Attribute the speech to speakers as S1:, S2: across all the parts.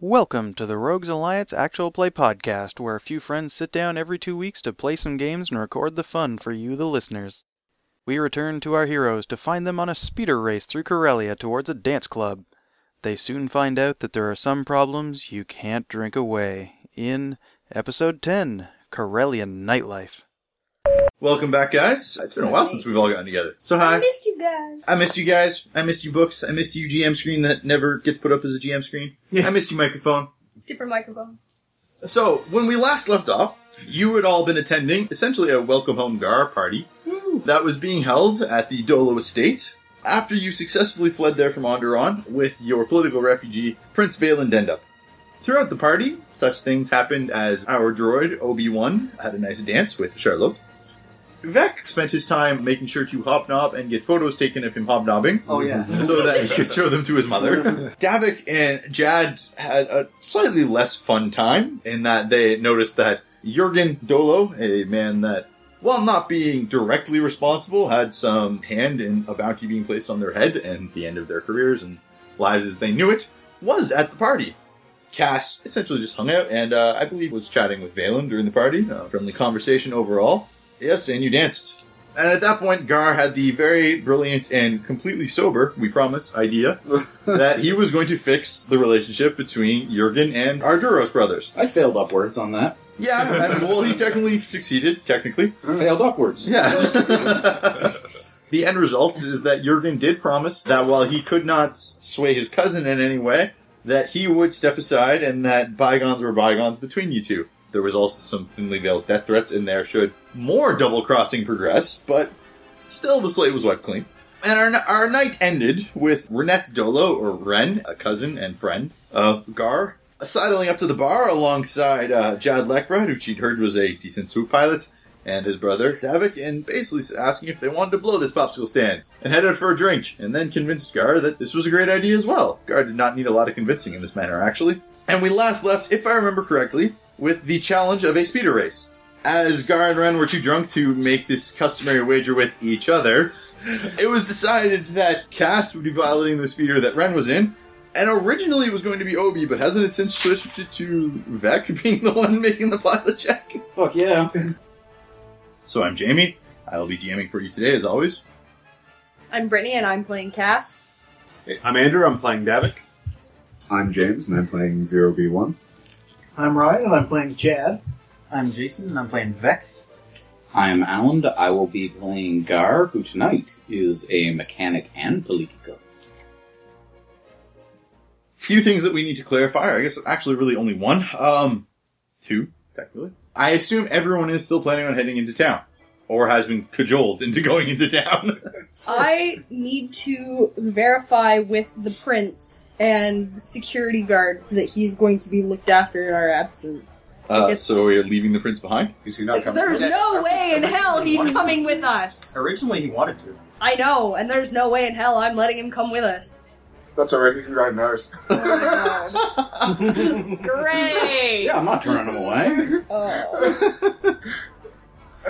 S1: Welcome to the Rogues Alliance Actual Play Podcast, where a few friends sit down every two weeks to play some games and record the fun for you, the listeners. We return to our heroes to find them on a speeder race through Corellia towards a dance club. They soon find out that there are some problems you can't drink away. In Episode 10 Corellian Nightlife.
S2: Welcome back, guys. It's been a while since we've all gotten together. So
S3: I
S2: hi.
S3: missed you guys.
S2: I missed you guys. I missed you books. I missed you GM screen that never gets put up as a GM screen. I missed you microphone.
S3: Different microphone.
S2: So when we last left off, you had all been attending essentially a welcome home Gar party that was being held at the Dolo Estate. After you successfully fled there from Onderon with your political refugee Prince Valen Dendup. Throughout the party, such things happened as our droid Obi-Wan had a nice dance with Charlotte. Vec spent his time making sure to hobnob and get photos taken of him hobnobbing.
S4: Oh, yeah.
S2: so that he could show them to his mother. Davik and Jad had a slightly less fun time in that they noticed that Jurgen Dolo, a man that, while not being directly responsible, had some hand in a bounty being placed on their head and the end of their careers and lives as they knew it, was at the party. Cass essentially just hung out and uh, I believe was chatting with Valen during the party. Uh, friendly conversation overall. Yes, and you danced. And at that point, Gar had the very brilliant and completely sober, we promise, idea that he was going to fix the relationship between Jurgen and Arduros brothers.
S4: I failed upwards on that.
S2: Yeah, and, well, he technically succeeded, technically.
S4: Failed upwards.
S2: Yeah. the end result is that Jurgen did promise that while he could not sway his cousin in any way, that he would step aside and that bygones were bygones between you two. There was also some thinly veiled death threats in there should more double crossing progress, but still the slate was wiped clean. And our, our night ended with Renette Dolo, or Ren, a cousin and friend of Gar, sidling up to the bar alongside uh, Jad Lekbrad, who she'd heard was a decent swoop pilot, and his brother Davik, and basically asking if they wanted to blow this popsicle stand and head out for a drink, and then convinced Gar that this was a great idea as well. Gar did not need a lot of convincing in this manner, actually. And we last left, if I remember correctly, with the challenge of a speeder race. As Gar and Ren were too drunk to make this customary wager with each other, it was decided that Cass would be piloting the speeder that Ren was in, and originally it was going to be Obi, but hasn't it since switched to Vec being the one making the pilot check?
S4: Fuck yeah.
S2: So I'm Jamie. I'll be DMing for you today, as always.
S3: I'm Brittany and I'm playing Cass.
S5: I'm Andrew. I'm playing Davik.
S6: I'm James, and I'm playing Zero B One.
S7: I'm Ryan, and I'm playing Jad.
S8: I'm Jason, and I'm playing Vex.
S9: I am Alan. I will be playing Gar, who tonight is a mechanic and politico.
S2: Few things that we need to clarify. Or I guess actually, really only one. Um, two technically. I assume everyone is still planning on heading into town, or has been cajoled into going into town.
S3: I need to verify with the prince and the security guards that he's going to be looked after in our absence.
S2: uh,
S3: guess-
S2: so we are leaving the prince behind.
S6: Is he not coming?
S3: There's no way in hell he's coming with us.
S8: Originally, he wanted to.
S3: I know, and there's no way in hell I'm letting him come with us.
S6: That's alright. He can drive in ours.
S3: Oh Great.
S4: Yeah, I'm not turning him away.
S3: Oh.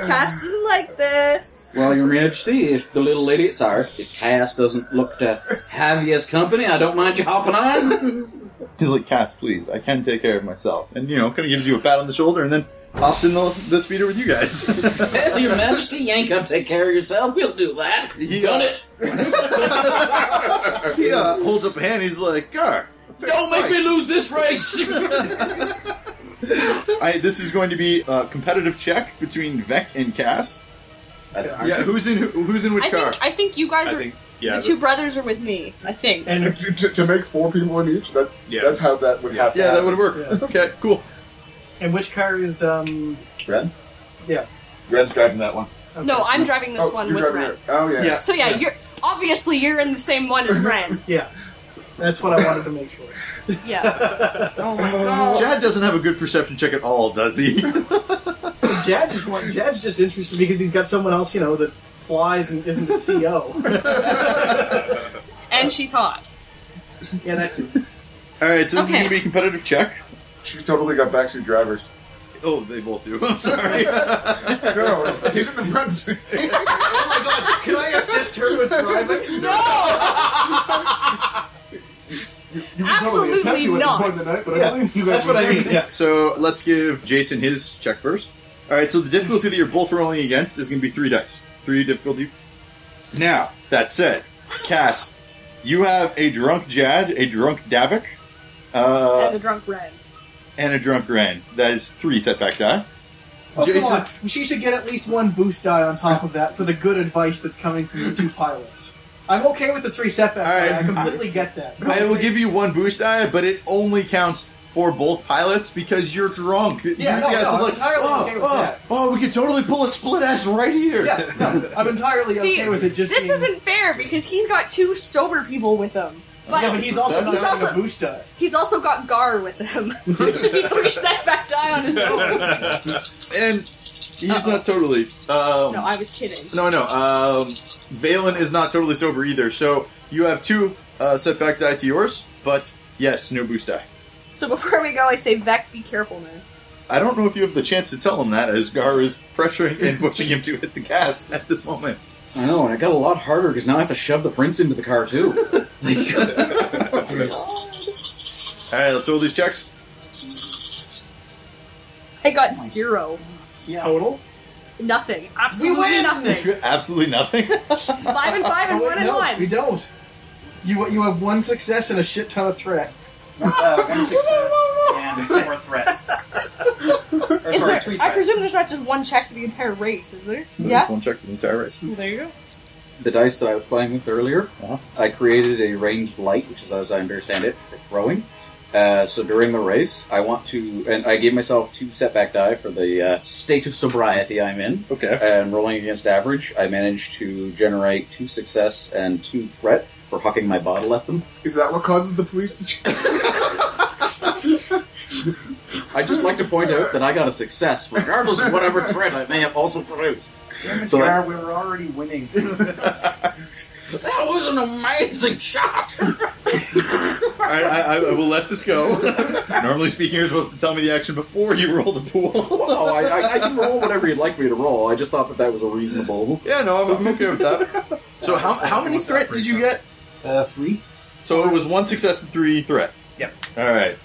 S3: Cass doesn't like this.
S4: Well, Your Majesty, if the little lady, sorry, if Cass doesn't look to have you as company, I don't mind you hopping on.
S2: He's like, Cass, please, I can take care of myself, and you know, kind of gives you a pat on the shoulder, and then hops in the, the speeder with you guys.
S4: Hell, Your Majesty, you ain't gonna take care of yourself. We'll do that.
S2: He,
S4: Done
S2: uh,
S4: it.
S2: He uh, holds up a hand. He's like, Gar,
S4: Don't make me lose this race.
S2: I, this is going to be a competitive check between Vec and Cass. Yeah, who's in who, who's in which
S3: I
S2: car?
S3: think I think you guys
S5: I
S3: are
S5: think. Yeah.
S3: the two brothers are with me. I think.
S6: And to, to- to make four people in each, that
S5: yeah.
S6: that's how that would happen.
S2: yeah, that would work. Okay, cool.
S7: And which car is um?
S6: Ren.
S7: Yeah.
S6: Ren's driving that one.
S7: okay.
S3: No, I'm driving this
S6: Oh,
S3: one
S6: you're
S3: with
S6: driving
S3: Ren.
S6: it. Oh yeah.
S2: Yeah.
S3: So yeah, you're obviously you're in the same one as Ren.
S7: Yeah, that's what I wanted to make sure.
S3: yeah. Oh my god.
S2: Jad doesn't have a good perception check at all, does he?
S7: Jad just want, Jad's just interested because he's got someone else, you know, that flies and isn't a CO.
S3: And she's hot.
S7: yeah, that too.
S2: all right, so this is
S3: Okay.
S2: going to be a competitive check.
S6: She's totally got backseat drivers.
S2: Oh, they both do. I'm sorry.
S6: No, he's in the front. oh my god! Can I assist her with driving? No. You can totally attempt to
S3: Absolutely
S6: at this
S3: not.
S6: point in the night, but I
S2: Yeah,
S6: believe he's
S2: That's what I
S6: actually-
S2: mean. Yeah. So let's give Jason his check first. All right. So the difficulty that you're both rolling against is going to be three dice, three difficulty. Now that said, Cass, you have a drunk Jad, a drunk Davik,
S3: and
S2: uh,
S3: a drunk Ren.
S2: and a drunk Ran. That is three setback die.
S7: Oh,
S2: Jason-
S7: come on. She should get at least one boost die on top of that for the good advice that's coming from the two pilots. I'm okay with the three setbacks.
S2: All right.
S7: I completely get that.
S2: I will give you one boost die, but it only counts for both pilots because you're drunk.
S7: Yeah,
S2: you
S7: no,
S2: guys
S7: no,
S2: are
S7: I'm
S2: like,
S7: entirely
S2: oh,
S7: okay with
S2: oh,
S7: that."
S2: oh, we could totally pull a split ass right here.
S7: Yeah, no, I'm entirely
S3: See,
S7: okay with it. Just
S3: This
S7: being-
S3: isn't fair because he's got two sober people with him. But,
S7: Yeah, but he's also
S2: That's
S7: not
S2: not-
S7: getting a boost die.
S3: he's also got Gar with him. Which should be three setback die on his own. No,
S2: And he's not totally. Um,
S3: I was kidding.
S2: No, no. Um, Valen is not totally sober either, so you have two uh, setback die to yours, but yes, no boost die.
S3: So before we go, I say, Vec, be careful, man.
S2: I don't know if you have the chance to tell him that, as Gar is pressuring and pushing him to hit the gas at this moment.
S4: I know, and it got a lot harder because now I have to shove the prints into the car too.
S2: All right, let's roll these checks.
S3: I got zero.
S7: Total?
S3: Nothing. Absolutely nothing.
S2: Absolutely nothing.
S3: Five and five and
S7: Oh,
S3: one and
S7: no,
S3: one.
S7: We don't. You you have one success and a shit ton of threat.
S8: Uh, one success and four threat. Or,
S3: Is
S8: sorry,
S3: there,
S8: three
S3: I
S8: threat.
S3: presume there's not just one check for the entire race, is there?
S2: That's
S3: Yeah.
S2: one check for the entire race.
S3: Well, there you go.
S4: the dice that I was playing with earlier,
S2: Uh-huh.
S4: I created a ranged light, which is as I understand it for throwing. Uh, so during the race, I want to, and I gave myself two setback die for the uh, state of sobriety I'm in.
S2: Okay.
S4: And rolling against average, I managed to generate two success and two threat for hucking my bottle at them.
S6: Is that what causes the police to? Ch-
S4: I would just like to point out that I got a success, regardless of whatever threat I may have also produced. So that,
S8: we were already winning.
S4: that was an amazing shot.
S2: All right, I, I, I will let this go. Normally speaking, you're supposed to tell me the action before you roll the pool.
S4: Oh, I, I, I can roll whatever you'd like me to roll. I just thought that that was a reasonable.
S2: yeah, no, I'm, I'm okay with that. So how how many threat did you get?
S8: Uh, three.
S2: So it was one success and three threat.
S8: Yep.
S2: All right.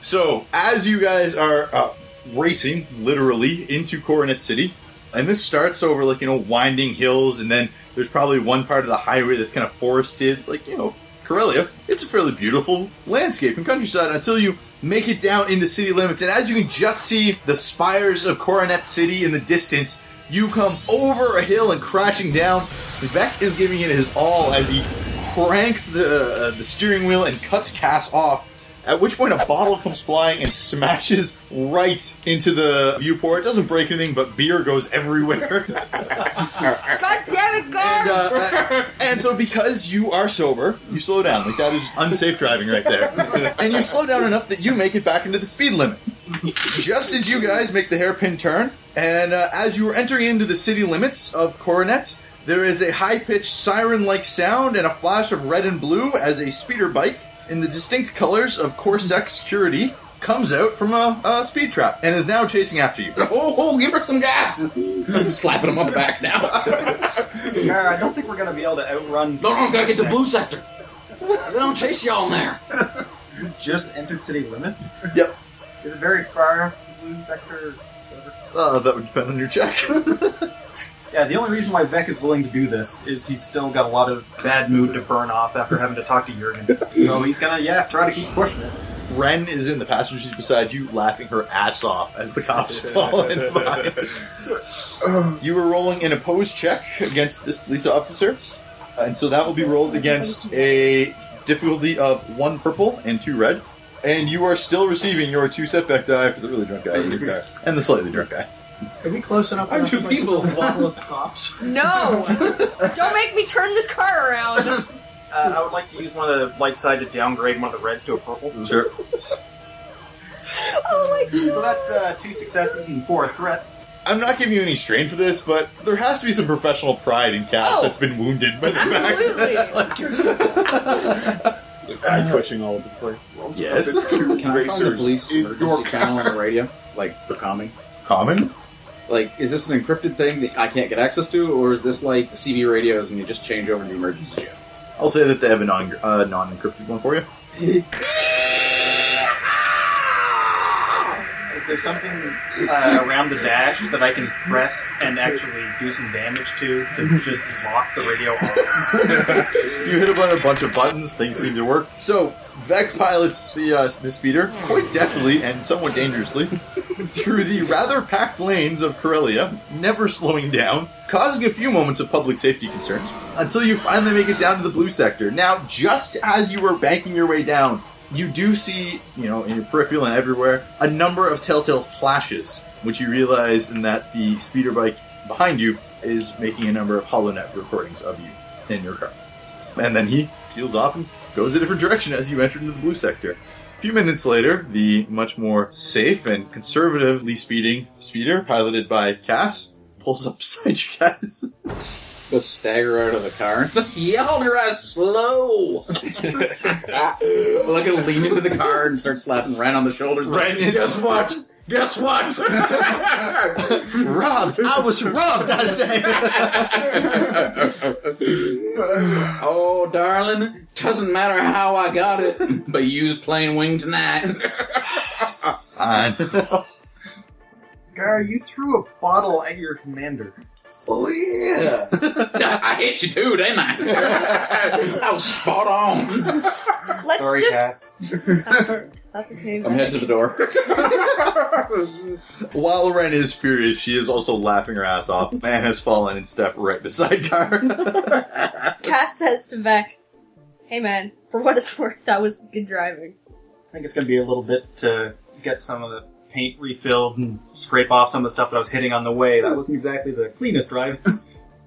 S2: So as you guys are uh, racing, literally into Coronet City, and this starts over like you know winding hills, and then there's probably one part of the highway that's kind of forested, like you know Corellia. It's a fairly beautiful landscape and countryside until you make it down into city limits, and as you can just see the spires of Coronet City in the distance. You come over a hill and crashing down. Vec is giving it his all as he cranks the uh, the steering wheel and cuts Cass off. At which point, a bottle comes flying and smashes right into the viewport. It doesn't break anything, but beer goes everywhere.
S3: God damn it, Gar!
S2: and, uh, and so, because you are sober, you slow down. Like that is unsafe driving right there. And you slow down enough that you make it back into the speed limit. Just as you guys make the hairpin turn, and uh, as you are entering into the city limits of Coronet, there is a high-pitched siren-like sound and a flash of red and blue as a speeder bike in the distinct colors of Corsac security comes out from a, a speed trap and is now chasing after you.
S4: Oh, oh, give her some gas! I'm slapping him on the back now.
S8: Gar, I don't think we're going to be able to outrun.
S4: No, no, I've got to get the blue sector. They don't chase y'all in there.
S8: We just entered city limits.
S2: Yep.
S8: Is it very far to the blue sector? Whatever.
S2: Uh, that would depend on your check.
S8: Yeah, the only reason why Vec is willing to do this is he's still got a lot of bad mood to burn off after having to talk to Jurgen. so he's gonna, yeah, try to keep pushing it.
S2: Ren is in the passenger seat beside you, laughing her ass off as the cops fall in by. you were rolling an opposed check against this police officer, and so that will be rolled against a difficulty of one purple and two red. And you are still receiving your two setback die for the really drunk guy, and the guy, and the slightly drunk guy.
S7: Are we close enough?
S4: I'm
S7: enough
S4: too
S7: to,
S4: evil.
S7: Like, bottle of cops.
S3: No! Don't make me turn this car around!
S8: Uh, I would like to use one of the light side to downgrade one of the reds to a purple.
S2: Sure.
S3: Oh my
S8: So that's uh, two successes and four threat.
S2: I'm not giving you any strain for this, but there has to be some professional pride in Cass
S3: Oh.
S2: that's been wounded by the fact that. like,
S5: I'm pushing all of the police.
S2: Yes.
S4: Can I call the police
S2: in your
S4: emergency channel on the radio? Like, for calming?
S2: common?
S4: Like, is this an encrypted thing that I can't get access to, or is this like CB radios and you just change over to the emergency channel?
S2: I'll say that they have a non uh, non encrypted one for you.
S8: Is there something uh, around the dash that I can press and actually do some damage to to just lock the radio off?
S2: you hit about a bunch of buttons, things seem to work. So, Vec pilots the, uh, the speeder quite deftly and somewhat dangerously through the rather packed lanes of Corellia, never slowing down, causing a few moments of public safety concerns, until you finally make it down to the blue sector. Now, just as you were banking your way down, you do see, you know, in your peripheral and everywhere, a number of telltale flashes, which you realize in that the speeder bike behind you is making a number of HoloNet recordings of you in your car. And then he peels off and goes a different direction as you enter into the blue sector. A few minutes later, the much more safe and conservatively speeding speeder, piloted by Cass, pulls up beside you guys.
S4: Go stagger out of the car. Y'all drive slow. I'm like gonna lean into the car and start slapping Ren on the shoulders.
S2: Ren is-
S4: guess what? Guess what?
S2: robbed! I was robbed, I say!
S4: oh, darling, doesn't matter how I got it, but you's playing wing tonight.
S2: Fine.
S8: Gar, you threw a bottle at your commander.
S4: oh yeah. I hit you too, didn't I? that was spot on.
S3: Let's
S8: Sorry,
S3: just.
S8: Cass.
S3: That's okay.
S4: I'm heading to the door.
S2: While Ren is furious, she is also laughing her ass off and has fallen in step right beside Car.
S3: Cass says to Vec, "Hey man, for what it's worth, that was good driving."
S8: I think it's going to be a little bit to get some of the paint refilled and scrape off some of the stuff that I was hitting on the way. That wasn't exactly the cleanest drive.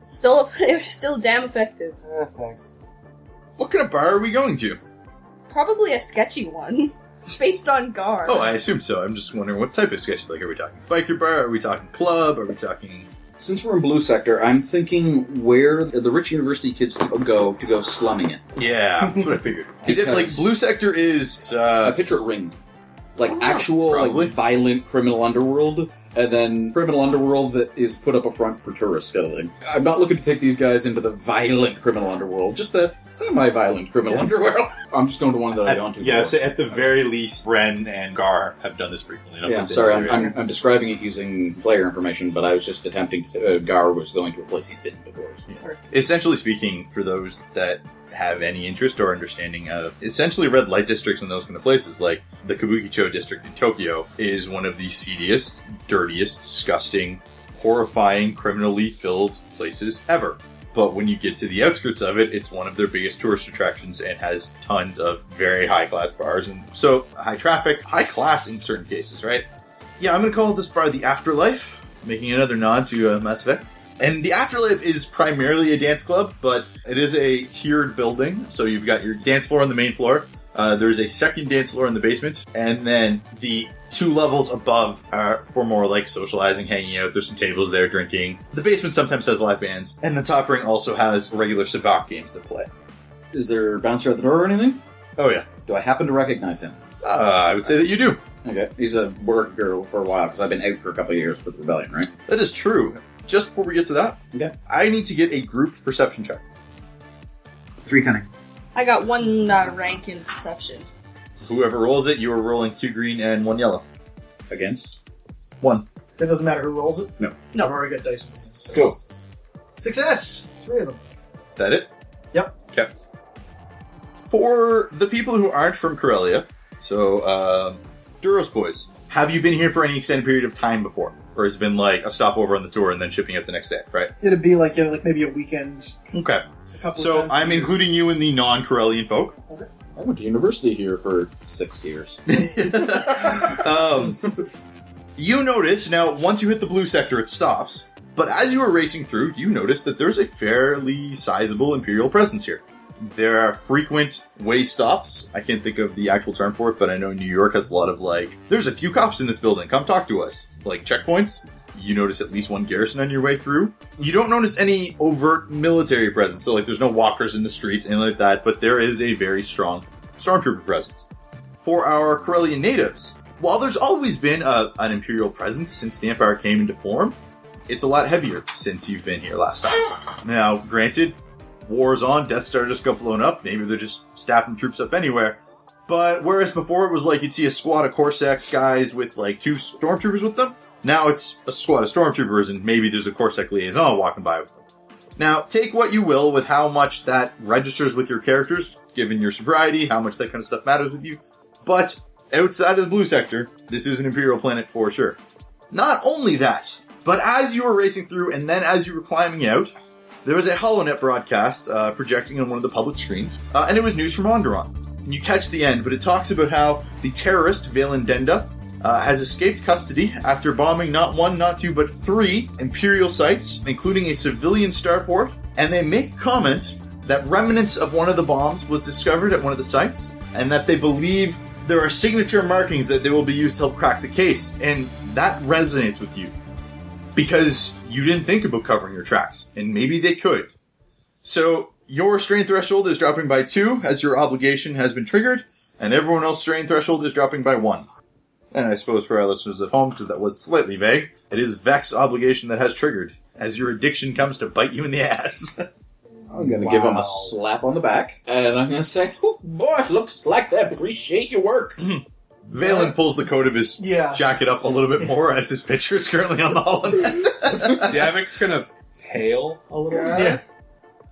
S3: Still, it was still damn effective.
S8: Ah, thanks.
S2: what kind of bar are we going to?
S3: Probably a sketchy one, based on Gar.
S2: Oh, I assume so. I'm just wondering what type of sketch like are we talking? Biker bar? Are we talking club? Are we talking
S4: Since we're in blue sector, I'm thinking where the rich university kids go to go slumming it.
S2: Yeah, that's what I figured. Is it like
S4: Because-
S2: blue sector is uh, Ah,
S4: I picture it ringed. Like actual
S2: probably.
S4: like violent criminal underworld and then criminal underworld that is put up a front for tourists kind of thing. I'm not looking to take these guys into the violent criminal underworld, just the semi violent criminal underworld. I'm just going to one that I've gone
S2: at,
S4: to
S2: yeah,
S4: before.
S2: so at the very least, Ren and Gar have done this frequently. enough
S4: yeah,
S2: that they
S4: sorry, I'm,
S2: know
S4: I'm, I'm describing it using player information, but I was just attempting to. Uh, Gar was going to a place he's been before.
S2: essentially speaking, for those that have any interest or understanding of essentially red light districts and those kind of places, like the Kabukicho district in Tokyo is one of the seediest, dirtiest, disgusting, horrifying, criminally filled places ever. But when you get to the outskirts of it, it's one of their biggest tourist attractions and has tons of very high class bars. And so, high traffic, high class in certain cases, right? Yeah, I'm going to call this bar the Afterlife, making another nod to uh, Mass Effect. And the Afterlife is primarily a dance club, but it is a tiered building. So you've got your dance floor on the main floor. Uh, there's a second dance floor in the basement, and then the two levels above are for more like socializing, hanging out. There's some tables there, drinking. The basement sometimes has live bands, and the top ring also has regular sabacc games to play.
S4: Is there a bouncer at the door or anything?
S2: Oh yeah,
S4: Do I happen to recognize him?
S2: uh, I would say that you do.
S4: Okay, he's a worker for a while because I've been out for a couple of years for the rebellion, right?
S2: That is true. Just before we get to that,
S4: Okay.
S2: I need to get a group perception check.
S8: Three cunning.
S3: I got one uh, rank in perception.
S2: Whoever rolls it, you are rolling two green and one yellow.
S4: Against
S2: One.
S7: It doesn't matter who rolls it.
S2: No.
S7: No, I've already got dice.
S2: Go.
S7: Success. Three of them.
S2: That it?
S7: Yep.
S2: Okay. For the people who aren't from Corellia, so um, Duros boys, have you been here for any extended period of time before, or has it been like a stopover on the tour and then shipping out the next day? Right.
S7: It'd be like you know, like maybe a weekend.
S2: Okay.
S7: A couple
S2: So
S7: of times.
S2: I'm including you in the non-Corellian folk.
S4: I went to university here for six years.
S2: um, you notice now once you hit the blue sector, it stops. But as you are racing through, you notice that there's a fairly sizable Imperial presence here. There are frequent way stops. I can't think of the actual term for it, but I know New York has a lot of like, there's a few cops in this building. Come talk to us. Like checkpoints. You notice at least one garrison on your way through. You don't notice any overt military presence. So like, there's no walkers in the streets, anything like that. But there is a very strong stormtrooper presence for our Corellian natives. While there's always been a, an imperial presence since the Empire came into form, it's a lot heavier since you've been here last time. Now, granted, war's on, Death Star just got blown up, maybe they're just staffing troops up anywhere, But whereas before it was like you'd see a squad of Corsac guys with like two stormtroopers with them, now it's a squad of stormtroopers and maybe there's a Corsac liaison walking by with them. Now, take what you will with how much that registers with your characters, given your sobriety, how much that kind of stuff matters with you. But outside of the blue sector, this is an Imperial planet for sure. Not only that, but as you were racing through and then as you were climbing out, there was a HoloNet broadcast uh, projecting on one of the public screens, uh, and it was news from Onderon. And you catch the end, but it talks about how the terrorist Valen Denda uh, has escaped custody after bombing not one, not two, but three Imperial sites, including a civilian starport. And they make comment that remnants of one of the bombs was discovered at one of the sites, and that they believe there are signature markings that they will be used to help crack the case. And that resonates with you because you didn't think about covering your tracks, and maybe they could. So your strain threshold is dropping by two as your obligation has been triggered, and everyone else's strain threshold is dropping by one. And I suppose for our listeners at home, because that was slightly vague, it is Vex obligation that has triggered as your addiction comes to bite you in the ass.
S9: I'm going to give him a slap on the back, and I'm going to say, oh, boy, looks like they appreciate your work.
S2: Valen pulls the coat of his
S7: Yeah.
S2: jacket up a little bit more as his picture is currently on the holonet.
S5: Davic's gonna pale a little.
S7: Yeah.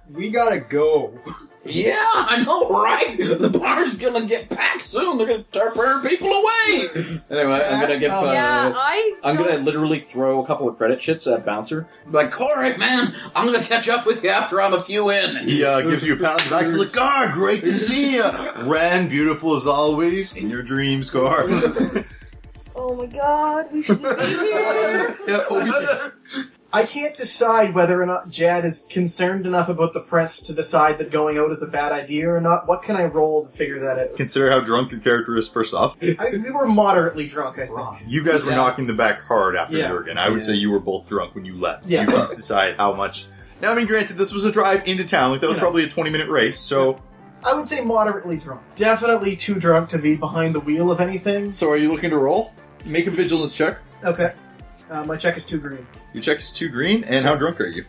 S8: We gotta go.
S9: yeah, I know, right? The bar's going to get packed soon. They're going to start burning people away. anyway, I'm going to
S7: That's
S9: give.
S7: how-
S9: Uh,
S3: yeah, I.
S9: I'm
S3: don't-
S9: gonna literally throw a couple of credit shits at Bouncer. Like, Corey, man, I'm gonna catch up with you after I'm a few in.
S2: He uh, gives you a pat on the back. He's like, "Ah, great to see you, Ren. Beautiful as always in your dreams, Gar."
S3: Oh my god, we should be here.
S2: yeah, oh,
S7: I can't decide whether or not Jad is concerned enough about the prints to decide that going out is a bad idea or not. What can I roll to figure that out?
S2: consider how drunk your character is. First off,
S7: I, we were moderately drunk, I think.
S8: Wrong.
S2: you guys were knocking the back hard after
S7: Yeah.
S2: Jurgen. I would say you were both drunk when you left.
S7: Yeah.
S2: You didn't decide how much. Now, I mean, granted, this was a drive into town. Like that was
S7: Yeah.
S2: probably a twenty-minute race. So,
S7: I would say moderately drunk. Definitely too drunk to be behind the wheel of anything.
S2: so are you looking to roll? Make a vigilance check.
S7: Okay. Uh, my check is too green.
S2: Your check is two green. And how drunk are you?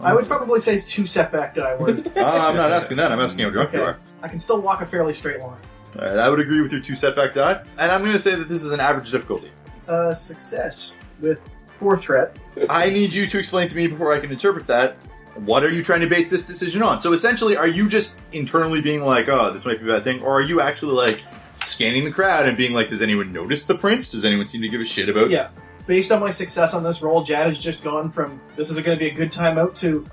S7: I would probably say it's two setback die worth.
S2: Uh, I'm not asking that. I'm asking how drunk you
S7: Okay.
S2: are.
S7: I can still walk a fairly straight line.
S2: All right, I would agree with your two setback die, and I'm going to say that this is an average difficulty.
S7: Uh, success with four threat.
S2: I need you to explain to me before I can interpret that. What are you trying to base this decision on? So essentially, are you just internally being like, "Oh, this might be a bad thing," or are you actually like scanning the crowd and being like, "Does anyone notice the prints? Does anyone seem to give a shit about?"
S7: Yeah. Based on my success on this roll, Jad has just gone from this is going to be a good time out to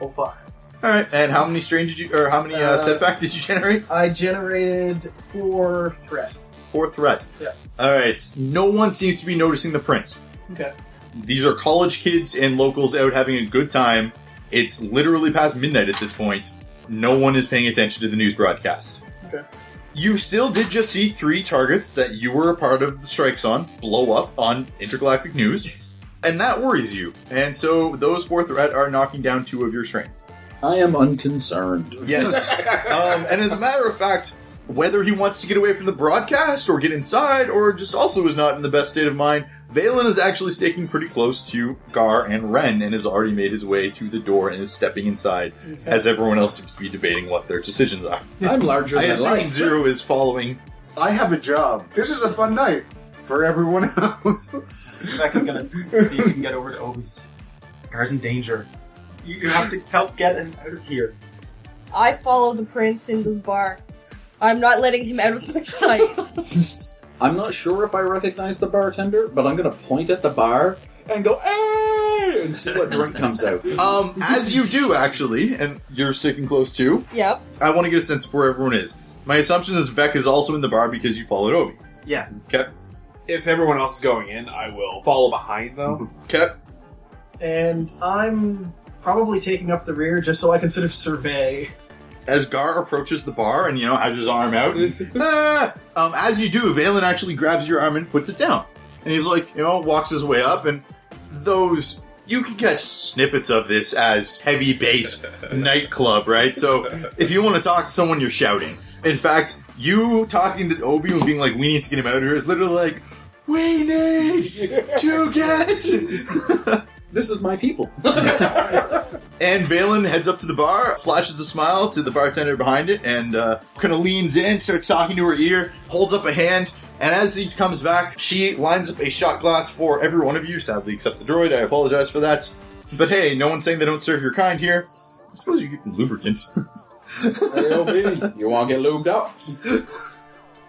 S7: oh fuck.
S2: All right. And how many strain did you, or how many uh,
S7: Uh,
S2: setback did you generate?
S7: I generated four threat.
S2: Four threat.
S7: Yeah.
S2: All right. No one seems to be noticing the prints.
S7: Okay.
S2: These are college kids and locals out having a good time. It's literally past midnight at this point. No one is paying attention to the news broadcast.
S7: Okay.
S2: You still did just see three targets that you were a part of the strikes on blow up on intergalactic news, and that worries you. And so those four threat are knocking down two of your strength.
S9: I am unconcerned.
S2: Yes. um, and as a matter of fact, whether he wants to get away from the broadcast or get inside or just also is not in the best state of mind, Valen is actually staking pretty close to Gar and Ren and has already made his way to the door and is stepping inside as everyone else seems to be debating what their decisions are.
S9: I'm larger
S2: I
S9: than
S2: assume
S9: life.
S2: Zero is following.
S6: I have a job. This is a fun night for everyone else.
S8: Becca's gonna see if she can get over to Obi's. Gar's in danger. You, you have to help get him out of here.
S3: I follow the prince into the bar. I'm not letting him out of my sight.
S9: I'm not sure if I recognize the bartender, but I'm gonna point at the bar and go, "Hey!" and see what drink comes out.
S2: Um, as you do, actually, and you're sticking close too,
S3: yep.
S2: I want to get a sense of where everyone is. My assumption is Vec is also in the bar because you followed Obi.
S8: Yeah.
S2: Okay.
S5: If everyone else is going in, I will follow behind them.
S2: Okay.
S7: And I'm probably taking up the rear just so I can sort of survey.
S2: as Gar approaches the bar and you know has his arm out, ah! um, as you do, Valen actually grabs your arm and puts it down, and he's like, you know, walks his way up, and those you can catch snippets of this as heavy bass nightclub, right? So if you want to talk to someone, you're shouting. In fact, you talking to Obi and being like, "We need to get him out of here," is literally like, "We need to get."
S4: This is my people.
S2: And Valen heads up to the bar, flashes a smile to the bartender behind it, and uh, kind of leans in, starts talking to her ear, holds up a hand, and as he comes back, she lines up a shot glass for every one of you, sadly, except the droid. I apologize for that. But hey, no one's saying they don't serve your kind here. I suppose you get lubricant.
S4: AOB, you want to get lubed up?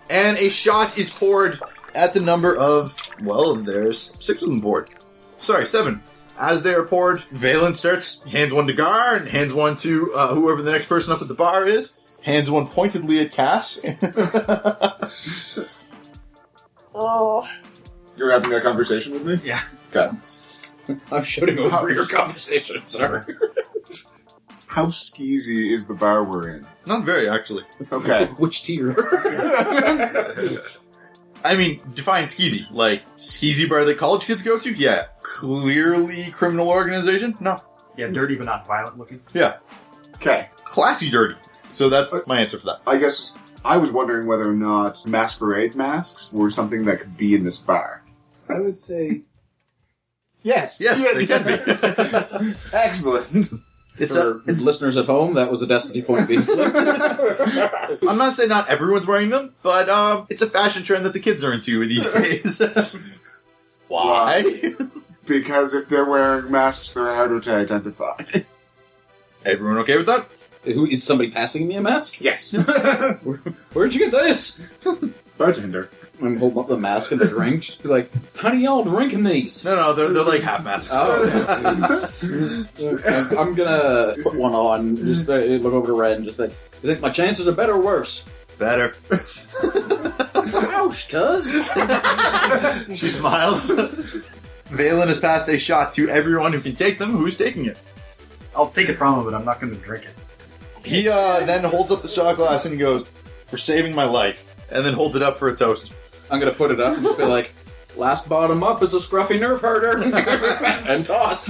S2: and a shot is poured at the number of, well, there's six of them poured. Sorry, seven. As they are poured, Valen starts, hands one to Gar, and hands one to uh, whoever the next person up at the bar is, hands one pointedly at Cass.
S3: Oh,
S6: You're having that conversation with me?
S8: Yeah.
S6: Okay.
S4: I'm shouting
S6: How-
S4: over your conversation. Sorry.
S6: How skeezy is the bar we're in?
S2: Not very, actually.
S6: Okay.
S4: Which tier?
S2: I mean, define skeezy. Like, skeezy bar that college kids go to? Yeah. Clearly criminal organization? No.
S8: Yeah, dirty but not violent looking.
S2: Yeah.
S6: okay.
S2: Classy dirty. So that's my answer for that.
S6: I guess I was wondering whether or not masquerade masks were something that could be in this bar.
S7: I would say yes.
S2: Yes, they can be.
S6: Excellent.
S2: it's a,
S4: For listeners at home, that was a destiny point being flipped.
S2: I'm not saying not everyone's wearing them, but um, it's a fashion trend that the kids are into these days. Why?
S6: because if they're wearing masks, they're harder to identify.
S2: Everyone okay with that?
S4: Who is somebody passing me a mask?
S6: Yes.
S4: Where'd you get this?
S6: Bartender.
S4: I'm holding up the mask and the drink. Just be like, how do y'all drinking these?
S2: No, no, they're, they're like half masks.
S4: Oh, I'm, I'm gonna put one on. Just uh, look over to Red and just think, you think my chances are better or worse?
S2: Better.
S4: Ouch, cuz.
S2: She smiles. Valen has passed a shot to everyone who can take them. Who's taking it?
S8: I'll take it from him, but I'm not going to drink it.
S2: He uh, then holds up the shot glass and he goes, "For saving my life," and then holds it up for a toast.
S4: I'm gonna put it up and just be like, last bottom up is a scruffy nerve herder. and toss.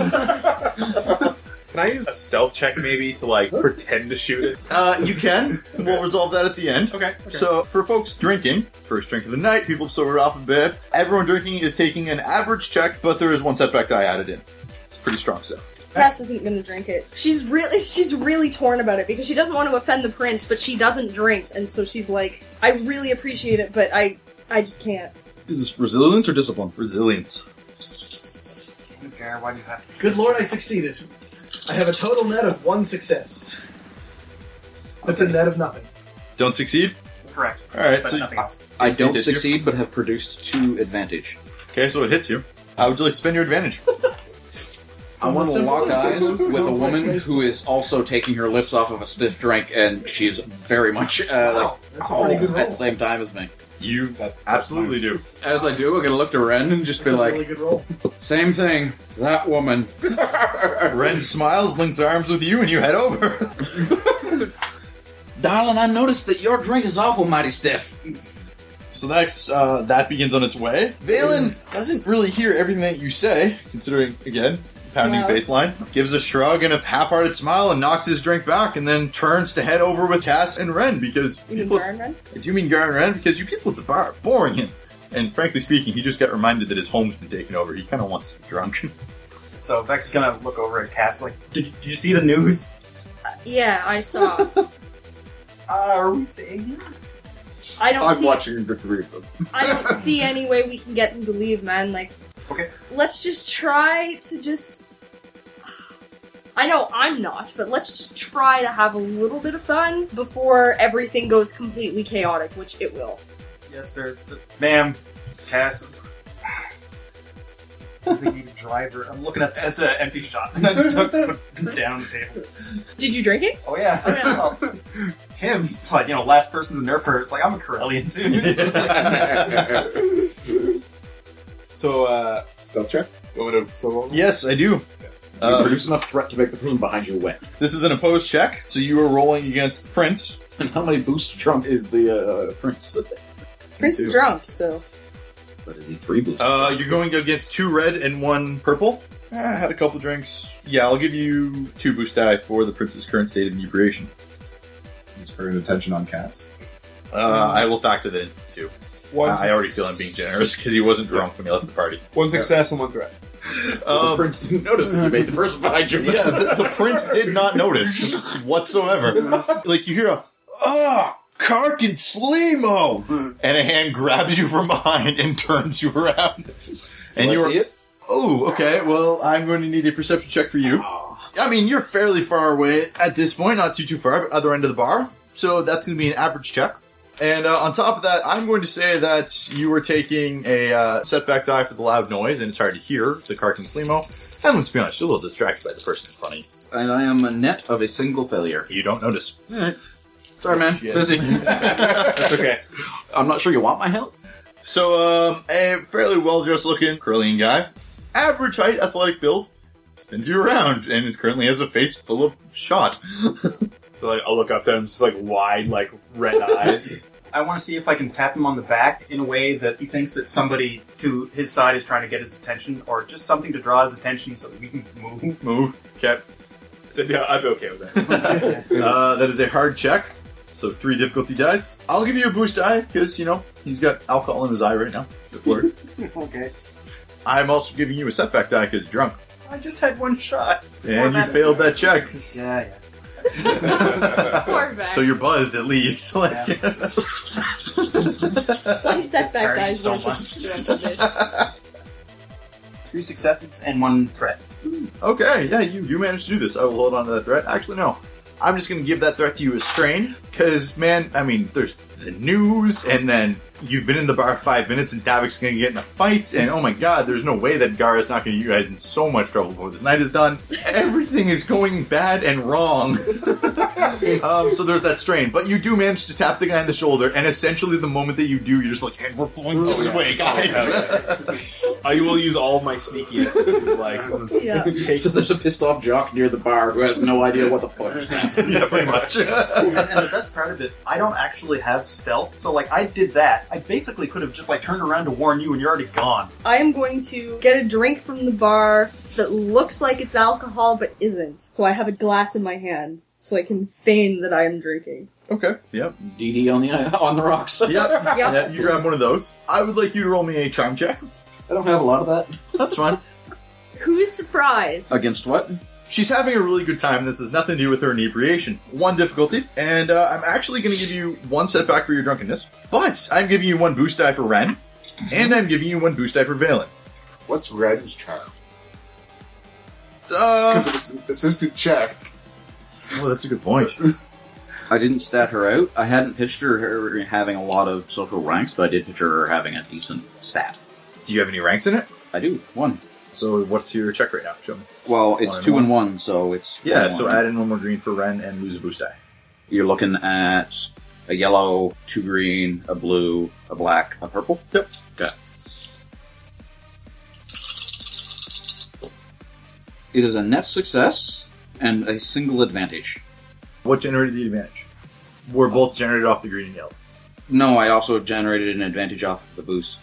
S5: Can I use a stealth check maybe to like pretend to shoot it?
S2: Uh, you can. We'll resolve that at the end.
S5: Okay. okay.
S2: So, for folks drinking, first drink of the night, people of Silver Alphabet, everyone drinking is taking an average check, but there is one setback die added in. It's pretty strong stuff.
S3: Cass isn't gonna drink it. She's really, she's really torn about it because she doesn't want to offend the prince, but she doesn't drink, and so she's like, I really appreciate it, but I, I just can't.
S4: Is this resilience or discipline?
S2: Resilience.
S8: Okay, why do you have
S7: Good lord, I succeeded. I have a total net of one success. That's a net of nothing.
S2: Don't succeed?
S8: to? Correct.
S2: Alright,
S8: But
S2: so,
S8: nothing else.
S4: I don't
S2: Did you?
S4: succeed, but have produced two advantage.
S2: okay, so it hits you. How would you like to spend your advantage?
S4: I want to lock eyes with a woman who is also taking her lips off of a stiff drink, and she's very much uh, like,
S7: That's a pretty
S4: oh,
S7: good roll.
S4: at the same time as me.
S2: You absolutely do.
S4: As I do, I'm gonna look to Ren and just
S7: That's
S4: be
S7: a
S4: like,
S7: really good roll.
S4: "Same thing, that woman."
S2: Ren smiles, links arms with you, and you head over.
S4: Darling, I noticed that your drink is awful mighty stiff.
S2: so that's uh, that begins on its way. Valen
S4: Mm.
S2: doesn't really hear everything that you say, considering again pounding
S3: No.
S2: baseline. Gives a shrug and a half-hearted smile, and knocks his drink back, and then turns to head over with Cass and Ren because
S3: You mean
S2: people-
S3: Baron Ren?
S2: I do mean Garen Ren because you people at the bar are boring him. And frankly speaking, he just got reminded that his home's been taken over. He kind of wants to be drunk.
S8: So Vec's going to look over at Cass like, did, did you see the news?
S3: Yeah, I saw.
S8: Uh, are we staying here?
S3: I don't
S6: I'm
S3: see.
S6: watching the three of them.
S3: I don't see any way we can get them to leave, man. Like,
S8: Okay.
S3: let's just try to just. I know I'm not, but let's just try to have a little bit of fun before everything goes completely chaotic, which it will.
S8: Yes, sir. Ma'am, Cass. Doesn't need a driver. I'm looking at the, at the empty shot that I just took put it down on the table.
S3: Did you drink it?
S8: Oh, yeah.
S3: Oh, yeah.
S8: Well, it's him. It's like, you know, last person's a nerf herder. It's like, I'm a Corellian, too.
S5: So uh,
S6: Stealth check.
S5: what would have?
S2: yes, I do.
S4: Do you
S2: Uh,
S4: produce enough threat to make the person behind you wet?
S2: this is an opposed check, so you are rolling against the prince.
S4: And how many boost drunk is the uh, prince?
S3: Prince is drunk, so.
S4: But is he three boost?
S2: Uh, you're going against two red and one purple. Eh, I had a couple drinks. Yeah, I'll give you two boost die for the prince's current state of inebriation.
S6: He's current attention on Cass.
S2: Uh, I will factor that into the two. Uh,
S5: One
S2: I already feel I'm being generous because he wasn't drunk when he left the party.
S5: One success and one threat.
S9: the
S2: Um,
S9: prince didn't notice that you made the person behind you.
S2: yeah, the, the prince did not notice whatsoever. Like you hear a ah. Kark and Slimo, and a hand grabs you from behind and turns you around, and
S9: I
S2: you're
S9: see it.
S2: Oh, okay. Well, I'm going to need a perception check for you. I mean, you're fairly far away at this point, not too too far, but other end of the bar. So that's going to be an average check. And uh, on top of that, I'm going to say that you were taking a uh, setback die for the loud noise, and it's hard to hear. It's a Karkin Slimo. And let's be honest, you're a little distracted by the person in front of
S9: And I am a net of a single failure.
S2: you. You don't notice.
S9: Sorry, man.
S2: Shit.
S9: Busy.
S5: That's okay.
S9: I'm not sure you want my help.
S2: So, um, a fairly well dressed looking Carillion guy, average height, athletic build, spins you around, and it currently has a face full of shot.
S5: So, like I'll look up to him, just like wide, like red eyes.
S8: I want to see if I can tap him on the back in a way that he thinks that somebody to his side is trying to get his attention, or just something to draw his attention so that we can move.
S2: Move. Okay.
S5: So yeah, I'd be okay with that.
S2: Uh, that is a hard check. So three difficulty dice. I'll give you a boost die because you know he's got alcohol in his eye right now. The flirt.
S7: okay.
S2: I'm also giving you a setback die because you're drunk,
S8: I just had one shot.
S2: and you
S8: Format-
S2: failed that check.
S7: Yeah, yeah.
S3: Poor Vec.
S2: so you're buzzed at least. Like,
S3: One setback,
S8: Hurts
S3: guys.
S8: so
S3: worth of- worth of it.
S8: Three successes and one threat.
S2: okay, yeah, you you managed to do this. I will hold on to that threat. Actually, no. I'm just gonna give that threat to you as strain because man, I mean, there's the news, and then you've been in the bar five minutes, and Davik's gonna get in a fight, and oh my god, there's no way that Gar is not gonna get you guys in so much trouble before this night is done. Everything is going bad and wrong. Um, so there's that strain, but you do manage to tap the guy in the shoulder, and essentially the moment that you do, you're just like, "Hey, we're going this way, guys."
S5: I will use all my sneakiness to like
S3: Yeah.
S5: take
S9: So there's a pissed off jock near the bar who has no idea what the fuck is happening.
S2: yeah, pretty much.
S8: and, and the best part of it, I don't actually have stealth, so like I did that. I basically could have just like turned around to warn you, and you're already gone.
S3: I am going to get a drink from the bar that looks like it's alcohol but isn't. So I have a glass in my hand so I can feign that I am drinking.
S2: okay. Yep.
S9: DD on the uh, on the rocks.
S2: Yep.
S3: Yep.
S2: Yeah, you grab one of those. I would like you to roll me a charm check.
S9: I don't have a lot of that.
S2: That's fine.
S3: Who's surprised?
S9: Against what?
S2: She's having a really good time. This has nothing to do with her inebriation. One difficulty, and uh, I'm actually going to give you one setback for your drunkenness, but I'm giving you one boost die for Ren, and I'm giving you one boost die for Valen.
S6: What's Red's charm?
S2: Uh,
S6: Because it was an assistant check.
S2: oh, that's a good point.
S9: I didn't stat her out. I hadn't pitched her, her having a lot of social ranks, but I did picture her having a decent stat.
S2: Do you have any ranks in it?
S9: I do one.
S2: So what's your check right now? Show me.
S9: Well, it's
S2: One and
S9: two
S2: one.
S9: and one, so it's
S2: Yeah,
S9: one
S2: so
S9: one.
S2: add in one more green for Ren and lose a boost die.
S9: you're looking at a yellow, two green, a blue, a black, a purple.
S2: Yep.
S9: It is a net success and a single advantage.
S2: What generated the advantage? We're both generated off the green and yellow.
S9: No, I also generated an advantage off of the boost.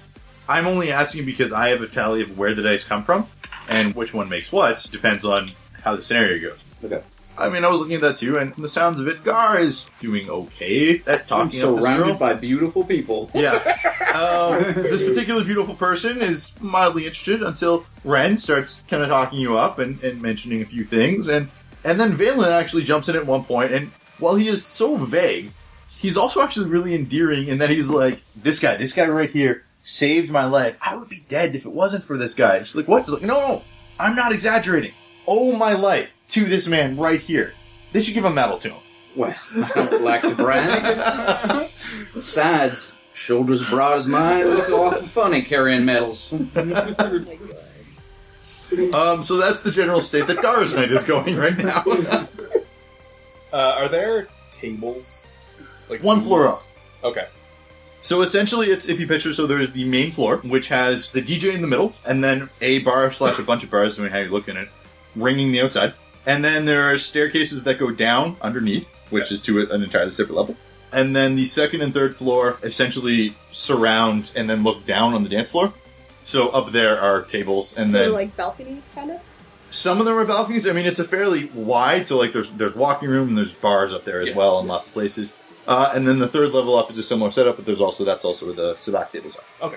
S2: I'm only asking because I have a tally of where the dice come from and which one makes what depends on how the scenario goes.
S9: Okay.
S2: I mean, I was looking at that too, and from the sounds of it, Gar is doing okay at
S9: I'm
S2: talking up this girl.
S9: surrounded by beautiful people.
S2: yeah. Um, this particular beautiful person is mildly interested until Ren starts kind of talking you up and, and mentioning a few things, and and then Valen actually jumps in at one point, and while he is so vague, he's also actually really endearing in that he's like, this guy, this guy right here saved my life. I would be dead if it wasn't for this guy. She's like, what? She's like, no, no, I'm not exaggerating. Owe my life to this man right here. They should give a medal to him.
S9: Well, I don't like to brag. Besides, shoulders broad as mine look awful funny carrying medals.
S2: Um, so that's the general state that Gar's night is going right now.
S5: Uh, are there tables? Like
S2: One floor
S5: tables? Okay.
S2: So essentially, it's if you picture. So there's the main floor, which has the DJ in the middle, and then a bar slash a bunch of bars, depending how you look at it, ringing the outside. And then there are staircases that go down underneath, which is to an entirely separate level. And then the second and third floor essentially surround and then look down on the dance floor. So up there are tables, and
S3: So
S2: then
S3: they're like balconies, kind of?
S2: some of them are balconies. I mean, it's a fairly wide, so like there's there's walking room and there's bars up there as well, and lots of places. Uh, and then the third level up is a similar setup, but there's also that's also where the sabacc tables are.
S5: Okay.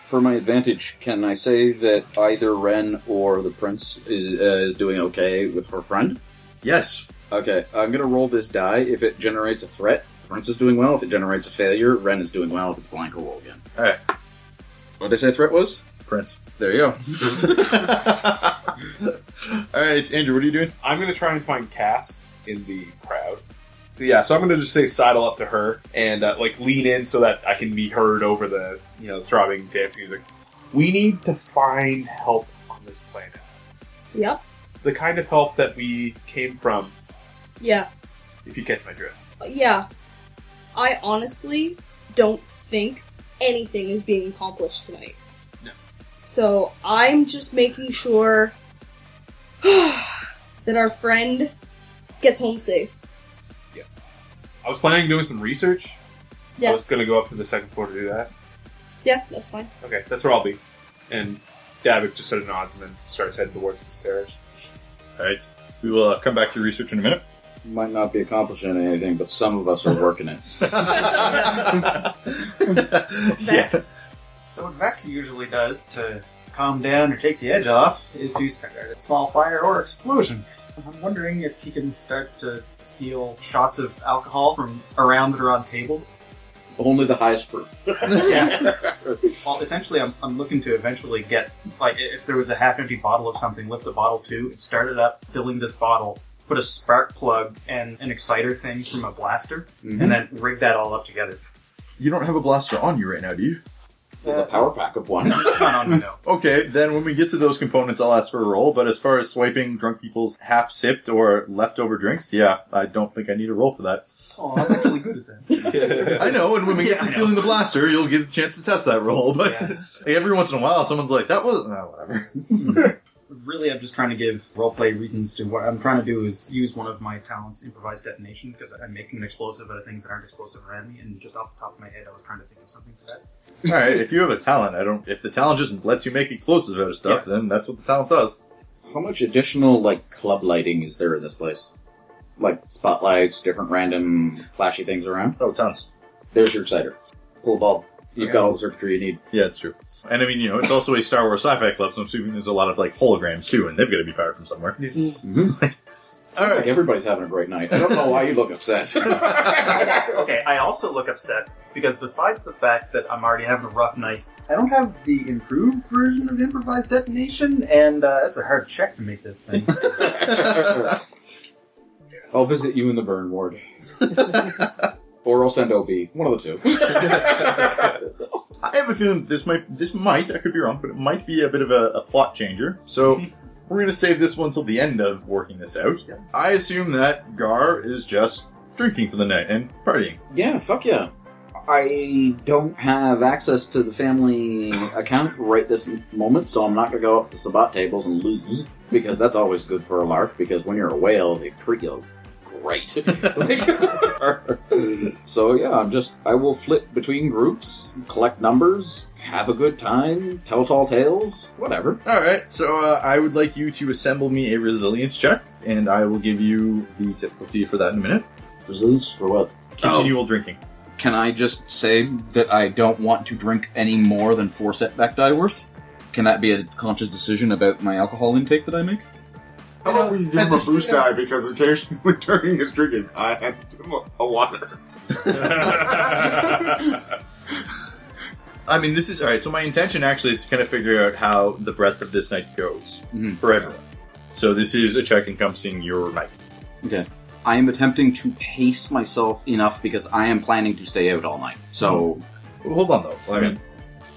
S4: for my advantage, can I say that either Ren or the Prince is uh, doing okay with her friend?
S2: Yes.
S4: Okay, I'm gonna roll this die. If it generates a threat, Prince is doing well. If it generates a failure, Ren is doing well. If it's blank, I'll roll again.
S2: Alright.
S4: What did I say threat was?
S2: Prince.
S4: There you go.
S2: Alright, Andrew, what are you doing?
S5: I'm going to try and find Cass in the crowd. Yeah, so I'm going to just say sidle up to her and uh, like lean in so that I can be heard over the you know throbbing dance music. We need to find help on this planet.
S3: Yep.
S5: The kind of help that we came from,
S3: Yeah.
S5: if you catch my drift.
S3: Yeah. I honestly don't think anything is being accomplished tonight.
S5: No.
S3: So I'm just making sure that our friend gets home safe.
S5: I was planning on doing some research.
S3: Yeah.
S5: I was going to go up to the second floor to do that.
S3: Yeah, that's fine.
S5: Okay, that's where I'll be. And Davik just sort of nods and then starts heading towards the stairs.
S2: Alright. We will uh, come back to research in a minute.
S4: Might not be accomplishing anything, but some of us are working it.
S2: yeah.
S8: So what Vec usually does to calm down or take the edge off is to start a small fire or explosion. I'm wondering if he can start to steal shots of alcohol from around that are on tables.
S4: Only the highest proof.
S8: Yeah. well, essentially, I'm, I'm looking to eventually get, like, i- if there was a half empty bottle of something, lift the bottle too, and start it up, filling this bottle, put a spark plug and an exciter thing from a blaster, and then rig that all up together.
S2: You don't have a blaster on you right now, do you?
S4: There's a power pack of one.
S8: No, no, no, no.
S2: Okay, then when we get to those components, I'll ask for a roll. But as far as swiping drunk people's half sipped or leftover drinks, yeah, I don't think I need a roll for that.
S8: Oh, I'm actually good at that.
S2: I know, and when we get
S8: Yeah,
S2: to
S8: I know.
S2: stealing the blaster, you'll get a chance to test that roll. But every once in a while, someone's like, that was. No, whatever.
S8: Really, I'm just trying to give roleplay reasons to what I'm trying to do is use one of my talents, improvised detonation, because I'm making an explosive out of things that aren't explosive around me, and just off the top of my head, I was trying to think of something for that.
S2: Alright, if you have a talent, I don't. If the talent just lets you make explosives out of stuff, then that's what the talent does.
S4: How much additional like club lighting is there in this place? Like spotlights, different random flashy things around.
S2: Oh, tons.
S4: There's your exciter. Pull a bulb. You've
S8: Okay.
S4: got all the circuitry you need.
S2: Yeah, it's true. And I mean, you know, it's also a Star Wars sci fi club, so I'm assuming there's a lot of, like, holograms too, and they've got to be powered from somewhere.
S4: Mm-hmm. All right, everybody's having a great night. I don't know why you look upset.
S8: okay, I also look upset because besides the fact that I'm already having a rough night, I don't have the improved version of improvised detonation, and uh, that's a hard check to make this thing.
S4: I'll visit you in the burn ward, or I'll send OB. One of the two.
S2: I have a feeling this might, this might, I could be wrong, but it might be a bit of a, a plot changer. So we're going to save this one till the end of working this out. I assume that Gar is just drinking for the night and partying.
S4: Yeah, fuck yeah. I don't have access to the family account right this moment, so I'm not going to go up to the Sabat tables and lose, because that's always good for a lark, because when you're a whale, they treat you great. Like- so yeah, I'm just, I will flip between groups, collect numbers, have a good time, tell tall tales, whatever.
S2: All right, so uh, I would like you to assemble me a resilience check, and I will give you the difficulty for that in a minute.
S4: Resilience for what?
S2: Continual drinking.
S4: Can I just say that I don't want to drink any more than four setback die worth? Can that be a conscious decision about my alcohol intake that I make?
S6: How about we give him a boost die because occasionally during his drinking, I had a water.
S2: I mean, this is all right. So my intention actually is to kind of figure out how the breadth of this night goes
S4: Mhm.
S2: for everyone. So this is a check encompassing your night.
S4: I am attempting to pace myself enough because I am planning to stay out all night. So,
S2: Well, hold on though. I mean,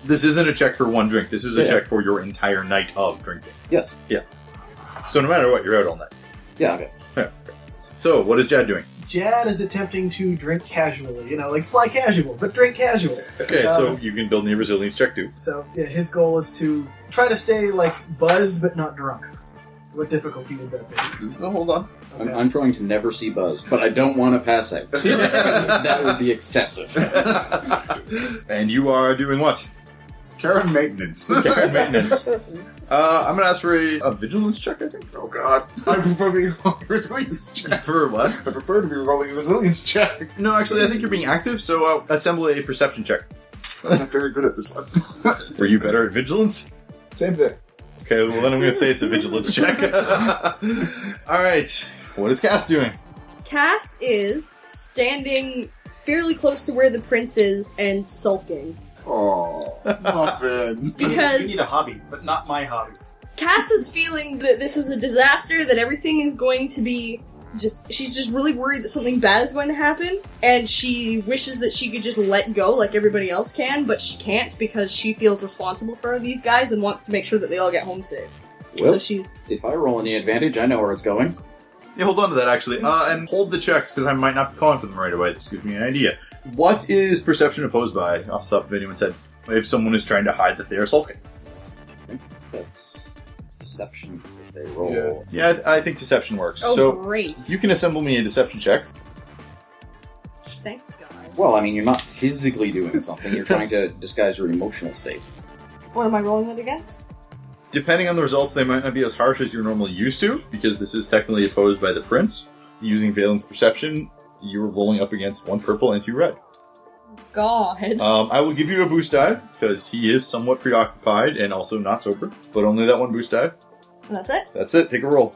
S2: this isn't a check for one drink. This is a
S4: Yeah.
S2: check for your entire night of drinking.
S4: yes.
S2: So no matter what, you're out all night.
S4: Yeah, okay.
S2: So what is Jad doing?
S7: Jad is attempting to drink casually, you know, like fly casual, but drink casual.
S2: Okay, so
S7: Um,
S2: you can build me a resilience check too.
S7: So yeah, his goal is to try to stay like buzzed but not drunk. What difficulty would that be?
S2: No, oh, hold on.
S7: Okay.
S4: I'm, I'm trying to never see Buzz, but I don't want to pass out. that would be excessive.
S2: and you are doing what?
S6: Care and maintenance.
S2: Care and maintenance. Uh, I'm gonna ask for a, a vigilance check. I think.
S6: Oh god. I prefer being rolling a resilience check.
S2: For what?
S6: I prefer to be rolling a resilience check.
S2: No, actually, I think you're being active. So uh, assemble a perception check.
S6: I'm not very good at this one.
S2: Were you better at vigilance?
S6: Same thing.
S2: Okay, well then I'm going to say it's a vigilance check. All right, what is Cass doing?
S3: Cass is standing fairly close to where the prince is and sulking.
S6: Oh, muffin.
S8: you
S3: Because
S8: need a hobby, but not my hobby.
S3: Cass is feeling that this is a disaster, that everything is going to be just. She's just really worried that something bad is going to happen, and she wishes that she could just let go like everybody else can, but she can't because she feels responsible for these guys and wants to make sure that they all get home safe. so
S4: Well.
S3: she's.
S4: If I roll any advantage, I know where it's going.
S2: Yeah, hold on to that actually, uh, and hold the checks because I might not be calling for them right away. This gives me an idea. What is perception opposed by? Off the top of anyone's head, if someone is trying to hide that they are sulking.
S4: That's deception. if They roll.
S2: Yeah, I I think deception works.
S3: Oh,
S2: so
S3: great.
S2: you can assemble me a deception check.
S3: Thanks, God.
S4: Well, I mean, you're not physically doing something. You're trying to disguise your emotional state.
S3: What am I rolling that against?
S2: Depending on the results, they might not be as harsh as you're normally used to because this is technically opposed by the prince. Using Valen's perception, you were rolling up against one purple and two red.
S3: God.
S2: Um, I will give you a boost die because he is somewhat preoccupied and also not sober, but only that one boost die.
S3: And that's it?
S2: That's it. Take a roll.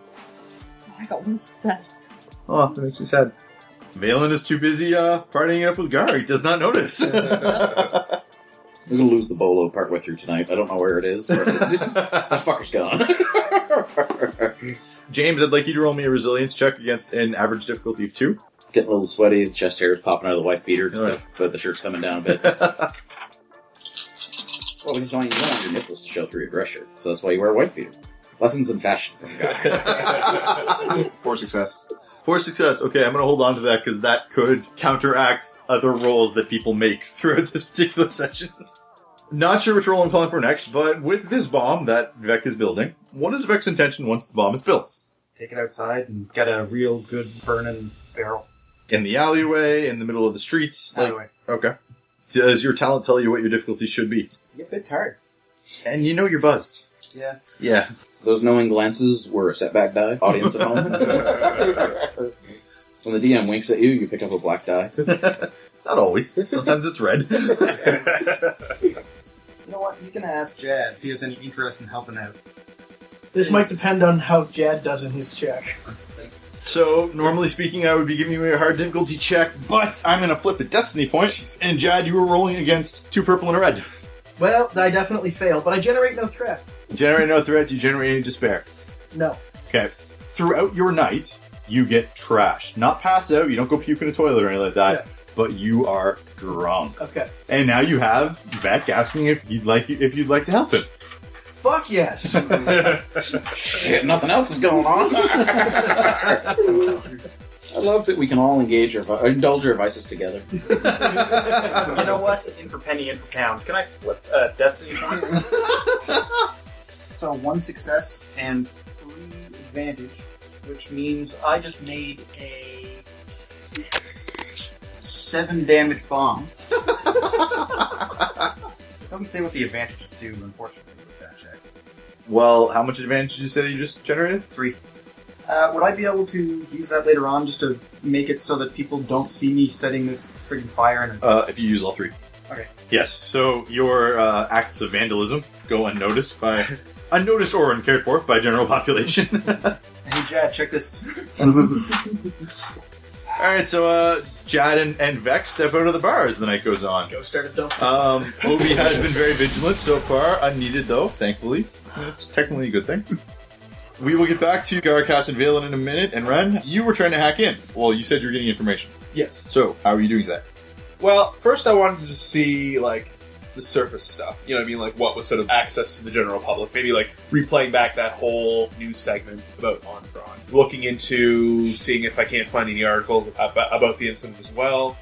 S3: Oh, I got one success.
S2: Oh, that makes me sad. Valen is too busy uh, partying it up with Gar. He does not notice.
S4: We're gonna lose the bolo partway through tonight. I don't know where it is. but- that fucker's gone.
S2: James, I'd like you to roll me a resilience check against an average difficulty of two.
S4: Getting a little sweaty. The chest hair is popping out of the wife beater. Just
S2: All right.
S4: the- but the shirt's coming down a bit. well, because you don't want your nipples to show through your dress shirt, so that's why you wear a wife beater. Lessons in fashion.
S6: Poor success.
S2: For success, okay, I'm going to hold on to that because that could counteract other rolls that people make throughout this particular session. Not sure which roll I'm calling for next, but with this bomb that Vec is building, what is Vec's intention once the bomb is built?
S8: Take it outside and get a real good burning barrel.
S2: In the alleyway, in the middle of the streets? Like,
S8: Anyway,
S2: Okay. Does your talent tell you what your difficulty should be?
S8: yep, it's hard.
S2: And you know you're buzzed.
S8: Yeah.
S2: Yeah.
S4: Those knowing glances were a setback die. Audience at home. when the DM winks at you, you pick up a black die.
S2: Not always. Sometimes it's red.
S8: You know what? He's gonna ask Jad if he has any interest in helping out.
S7: This might depend on how Jad does in his check.
S2: so, normally speaking, I would be giving you a hard difficulty check, but I'm going to flip a destiny point. And Jad, you were rolling against two purple and a red.
S7: Well, I definitely fail, but I generate no threat.
S2: Generate no threat, you generate any despair.
S7: No.
S2: Okay. Throughout your night, you get trash. Not pass out, you don't go puke in a toilet or anything like that, but you are drunk.
S7: Okay.
S2: And now you have Vec asking if you'd like if you'd like to help him.
S7: Fuck yes.
S4: Shit, nothing else is going on. I love that we can all engage our vi- indulge our vices together.
S8: You know what? In for penny, in for pound. Can I flip uh, Destiny point? so one success and three advantage, which means I just made a seven damage bomb. it doesn't say what the advantages do, unfortunately, with that check.
S2: Well, how much advantage did you say that you just generated?
S8: Three. Uh, would I be able to use that later on just to make it so that people don't see me setting this friggin' fire in a
S2: Uh, if you use all three.
S8: Okay.
S2: Yes. So your uh, acts of vandalism go unnoticed by unnoticed or uncared for by general population.
S8: Hey, Jad, check this.
S2: all right. So uh, Jad and, and Vex step out of the bar as the night goes on.
S7: Go start a dump.
S2: Um, Obi has been very vigilant so far. Unneeded though, thankfully. It's technically a good thing. We will get back to Garakas and Valen in a minute. And Ren, you were trying to hack in. Well, you said you were getting information.
S5: Yes.
S2: So how are you doing that?
S5: Well, first I wanted to just see like the surface stuff. You know what I mean? Like what was sort of access to the general public. Maybe like replaying back that whole news segment about Omicron. Looking into seeing if I can't find any articles about, about the incident as well.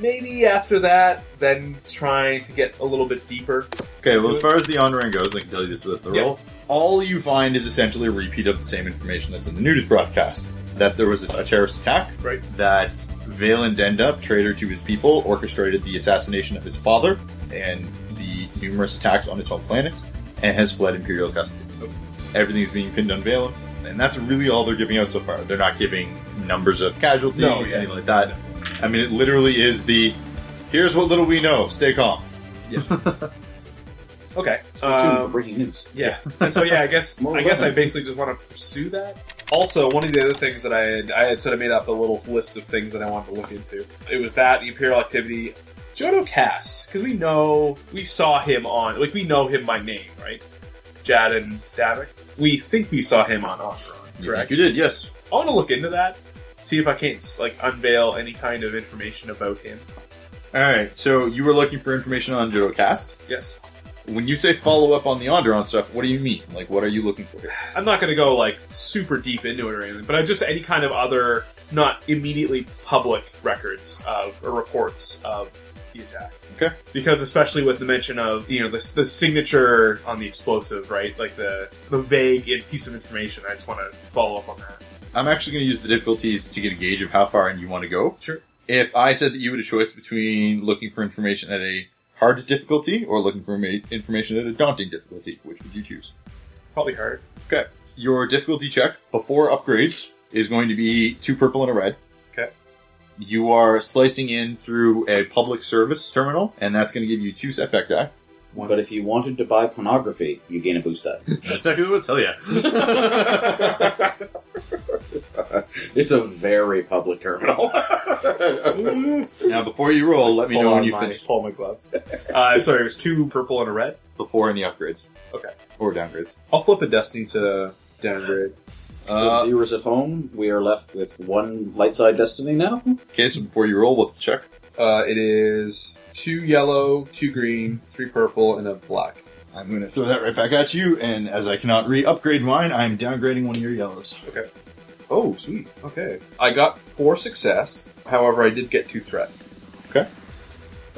S5: Maybe after that, then trying to get a little bit deeper.
S2: Okay, well, as far as the on ring goes, I can tell you this about the
S5: Yeah.
S2: roll. All you find is essentially a repeat of the same information that's in the news broadcast. That there was a, a terrorist attack,
S5: Right.
S2: that Valen Dendup, traitor to his people, orchestrated the assassination of his father and the numerous attacks on his home planet, and has fled Imperial custody. So everything is being pinned on Valen, and that's really all they're giving out so far. They're not giving numbers of casualties,
S5: No, yeah.
S2: anything like that. I mean, it literally is the here's what little we know, stay calm.
S5: Okay.
S4: Tune for
S5: Um,
S4: breaking news.
S5: Yeah. And so yeah, I guess
S4: More
S5: I guess I
S4: weapons.
S5: basically just want to pursue that. Also, one of the other things that I had I had sort of made up a little list of things that I wanted to look into. It was that the Imperial activity, Jodo Cast, because we know we saw him on like we know him by name, right? Jad and Davik. We think we saw him on Enron,
S2: You think
S5: correct?
S2: You did, yes.
S5: I want to look into that, see if I can't like unveil any kind of information about him.
S2: All right, so you were looking for information on Jodocast.
S5: Yes.
S2: When you say follow up on the Onderon stuff, what do you mean? Like, what are you looking for? here?
S5: I'm not going to go like super deep into it or anything, but I just any kind of other not immediately public records of or reports of the attack.
S2: Okay.
S5: Because especially with the mention of you know the, the signature on the explosive, right? Like the the vague in- piece of information. I just want to follow up on that.
S2: I'm actually going to use the difficulties to get a gauge of how far in you want to go.
S5: Sure.
S2: If I said that you had a choice between looking for information at a hard difficulty or looking for ma- information at a daunting difficulty, which would you choose?
S5: Probably hard.
S2: Okay. Your difficulty check before upgrades is going to be two purple and a red.
S5: Okay.
S2: You are slicing in through a public service terminal, and that's going to give you two setback die.
S4: But if you wanted to buy pornography, you gain a boost die.
S2: That's not good. Hell yeah.
S4: it's a very public terminal.
S9: Uh,
S2: Now, before you roll, let me know when you
S5: my,
S2: finish
S5: Pull my gloves. uh, sorry, it was two purple and a red.
S2: before any upgrades.
S5: Okay.
S2: Or downgrades.
S5: I'll flip a destiny to downgrade.
S4: For the
S2: Uh,
S4: viewers at home, we are left with one light side destiny now.
S2: okay, so before you roll, what's the check?
S5: Uh, it is two yellow, two green, three purple, and a black.
S2: I'm going to throw that right back at you, and as I cannot re upgrade mine, I'm downgrading one of your yellows.
S5: Oh, sweet. Okay. I got four success. However, I did get two threat.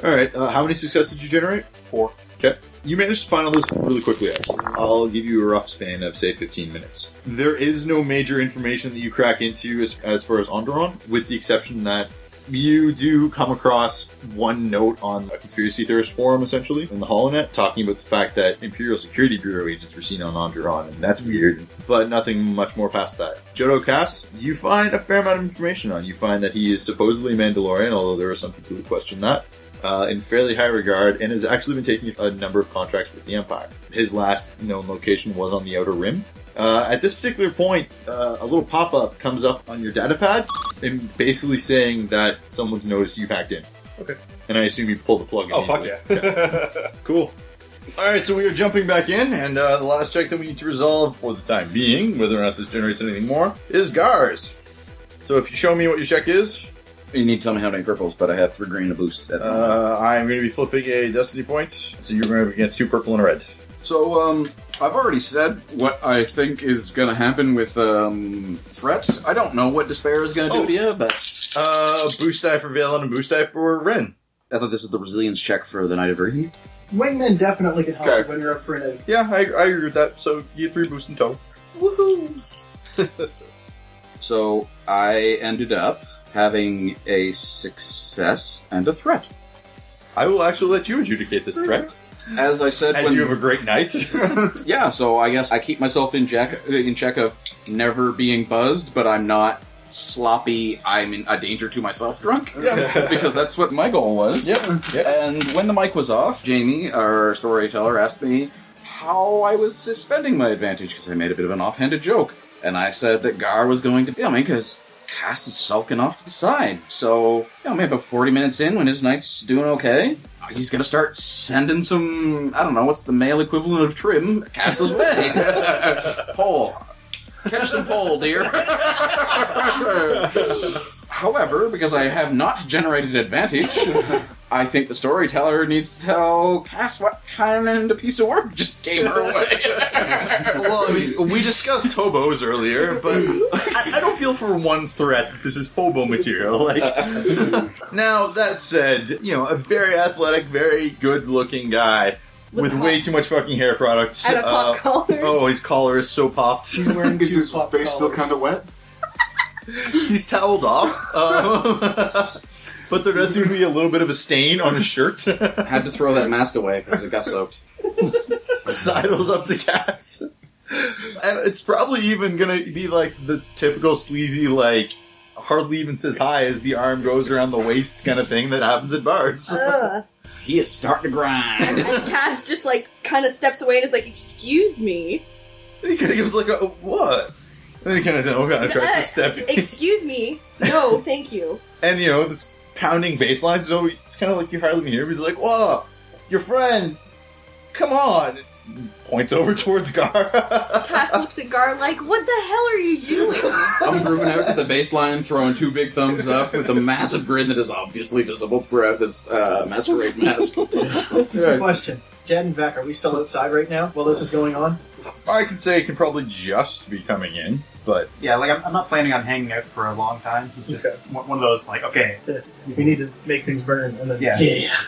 S2: Alright, uh, how many successes did you generate?
S5: Four.
S2: Okay. You managed to final this really quickly, actually. I'll give you a rough span of, say, 15 minutes. There is no major information that you crack into as, as far as Onderon, with the exception that you do come across one note on a conspiracy theorist forum, essentially, in the Holonet, talking about the fact that Imperial Security Bureau agents were seen on Onderon, and that's weird, but nothing much more past that. Jodo Cast, you find a fair amount of information on. You find that he is supposedly Mandalorian, although there are some people who question that uh, in fairly high regard and has actually been taking a number of contracts with the Empire. His last known location was on the Outer Rim. Uh, at this particular point, uh, a little pop up comes up on your data pad and basically saying that someone's noticed you hacked in.
S5: Okay.
S2: And I assume you pull the plug.
S5: Oh, fuck
S2: immediately.
S5: yeah.
S2: Cool. All right, so we are jumping back in, and uh, the last check that we need to resolve for the time being, whether or not this generates anything more, is Gars. So if you show me what your check is,
S4: You need to tell me how many purples, but I have three green to boost. At the moment.
S2: uh, I'm going to be flipping a destiny point. So you're going to be against two purple and a red.
S9: So, um, I've already said what I think is going to happen with um, threat. I don't know what despair is going to do
S2: Oh.
S9: to you, but
S2: Uh, boost die for Valen and boost die for Ren.
S4: I thought this was the resilience check for the Knight of Reed.
S7: Wingmen definitely can help
S2: Okay.
S7: when you're up for an enemy.
S2: Yeah, I, I agree with that. So you three boost in total.
S3: Woohoo!
S9: so
S4: I ended up having a success and a threat.
S2: I will actually let you adjudicate this threat,
S4: As I said,
S2: as
S4: when,
S2: you have a great night.
S9: yeah, so I guess I keep myself in jack in check of
S4: never being buzzed, but I'm not sloppy. I'm in a danger to myself drunk because that's what my goal was.
S2: yep. Yep.
S4: And when the mic was off, Jamie, our storyteller, asked me how I was suspending my advantage because I made a bit of an offhanded joke. And I said that Gar was going to kill me because Cass is sulking off to the side. So, you know, maybe about 40 minutes in when his knight's doing okay, he's going to start sending some, I don't know, what's the male equivalent of trim? Castle's Bay. Pole. Catch some pole, dear. However, because I have not generated advantage, I think the storyteller needs to tell Cass what kind of piece of work just came her way.
S2: Well, I mean, we discussed hobos earlier, but I, I don't feel for one threat that this is hobo material. Like, now that said, you know, a very athletic, very good-looking guy with,
S3: With a
S2: way too much fucking hair product.
S3: And a pop
S2: Uh,
S3: collar.
S2: oh, his collar is so popped.
S7: You're wearing
S6: Is
S7: two
S6: his
S7: pop
S6: face still
S7: collars.
S6: kind of wet?
S2: He's toweled off. Um, but there does seem to be a little bit of a stain on his shirt.
S4: Had to throw that mask away because it got soaked.
S2: Sidles up to Cass. And it's probably even going to be like the typical sleazy, like, hardly even says hi as the arm goes around the waist kind of thing that happens at bars.
S3: Ugh.
S4: He is starting to grind.
S3: And Cass just like kind of steps away and is like, "Excuse me,
S2: And he kind of gives like a what? And then he kind of oh god, tries to step.
S3: Uh, excuse me, no, thank you."
S2: and you know this pounding bass line, so it's kind of like you hardly even hear. him. He's like, "Whoa, your friend, come on!" And points over towards Gara.
S3: Cass looks at Gar like, "What the hell are you doing?"
S9: I'm grooving out to the baseline, throwing two big thumbs up with a massive grin that is obviously visible throughout this uh, masquerade mask.
S7: Good
S9: Right.
S7: question. Jed and Beck, are we still outside right now while this is going on?
S2: I can say it can probably just be coming in, but
S8: Yeah, like I'm, I'm not planning on hanging out for a long time. It's just
S7: Okay.
S8: one one of those like, okay,
S7: We need to make things burn, and then
S8: Yeah.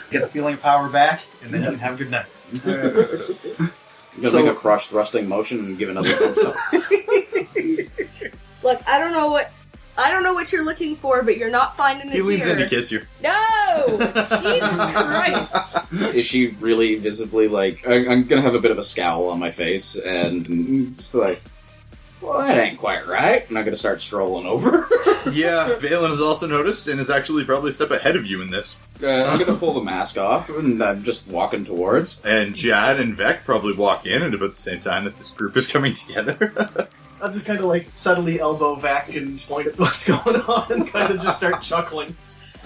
S8: get the feeling of power back, and then you can have a good night.
S4: I'm gonna
S9: So-
S4: make a crotch thrusting motion and give another thumbs up.
S3: Look, I don't know what I don't know what you're looking for, but you're not finding it
S2: he leans
S3: here.
S2: in to kiss you.
S3: No, Jesus Christ!
S4: Is she really visibly like? I, I'm gonna have a bit of a scowl on my face and just be like, "Well, that ain't quite right." And I'm gonna start strolling over.
S2: Yeah, Valen has also noticed and is actually probably a step ahead of you in this.
S4: uh, I'm gonna pull the mask off and I'm just walking towards.
S2: And Jad and Vec probably walk in at about the same time that this group is coming together.
S7: I'll just kind of like subtly elbow back and point at what's going on, and kind of just start chuckling.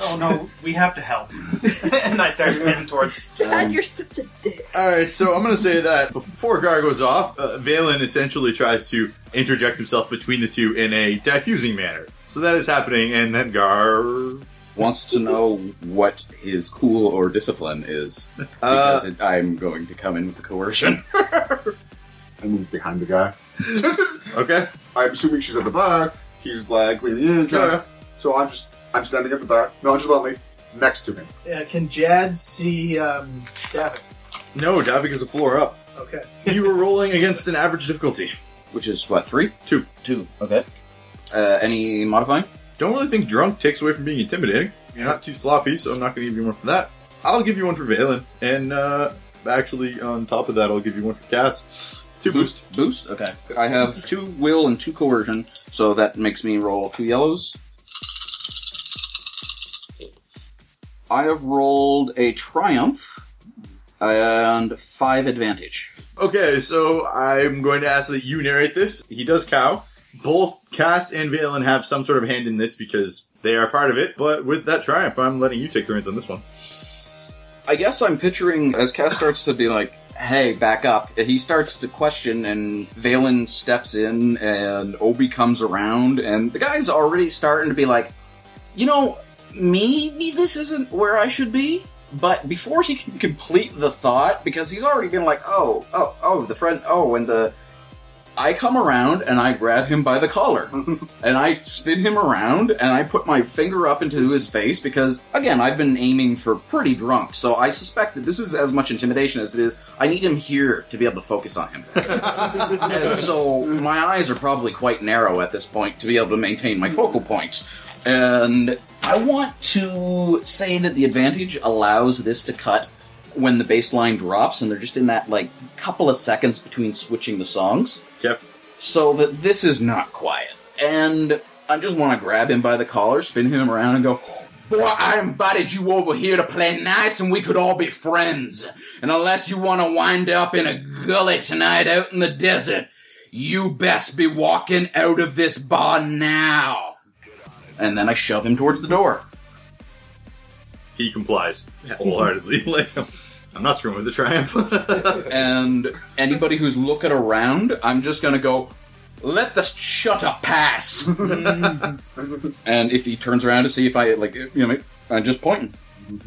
S8: Oh no, we have to help. and I started heading towards.
S3: Dad,
S4: Um,
S3: you're such a dick.
S2: All right, so I'm going to say that before Gar goes off, uh, Valen essentially tries to interject himself between the two in a diffusing manner. So that is happening, and then Gar.
S9: Wants to know what his cool or discipline is because it, I'm going to come in with the coercion.
S6: I move behind the guy.
S2: Okay.
S6: I'm assuming she's at the bar. He's like leaning in, trying
S2: Yeah.
S6: So I'm just I'm standing at the bar, nonchalantly, next to him.
S7: Uh, can Jad see um, Davin?
S2: No, Davik is a floor up.
S7: Okay.
S2: You were rolling against an average difficulty.
S9: Which is what, three?
S2: Two.
S9: Two, okay.
S4: Uh, any modifying?
S2: Don't really think drunk takes away from being intimidating. You're not too sloppy, so I'm not going to give you one for that. I'll give you one for Valen, and uh, actually, on top of that, I'll give you one for Cass. Two boost.
S9: Boost? Okay.
S4: I have two will and two coercion, so that makes me roll two yellows. I have rolled a triumph and five advantage.
S2: Okay, so I'm going to ask that you narrate this. He does cow. Both Cass and Valen have some sort of hand in this because they are part of it, but with that triumph, I'm letting you take the reins on this one.
S4: I guess I'm picturing as Cass starts to be like, hey, back up, he starts to question, and Valen steps in, and Obi comes around, and the guy's already starting to be like, you know, maybe this isn't where I should be. But before he can complete the thought, because he's already been like, oh, oh, oh, the friend, oh, and the. I come around and I grab him by the collar. and I spin him around and I put my finger up into his face because, again, I've been aiming for pretty drunk, so I suspect that this is as much intimidation as it is. I need him here to be able to focus on him. and so my eyes are probably quite narrow at this point to be able to maintain my focal point. And I want to say that the advantage allows this to cut when the bass line drops and they're just in that like couple of seconds between switching the songs
S2: Yep.
S4: so that this is not quiet. And I just want to grab him by the collar, spin him around, and go, Boy, I invited you over here to play nice and we could all be friends. And unless you want to wind up in a gully tonight out in the desert, you best be walking out of this bar now. And then I shove him towards the door.
S2: He complies wholeheartedly. like, I'm not screwing with the triumph.
S4: And anybody who's looking around, I'm just going to go, let the shutter pass. and if he turns around to see if I, like, you know, I'm just pointing.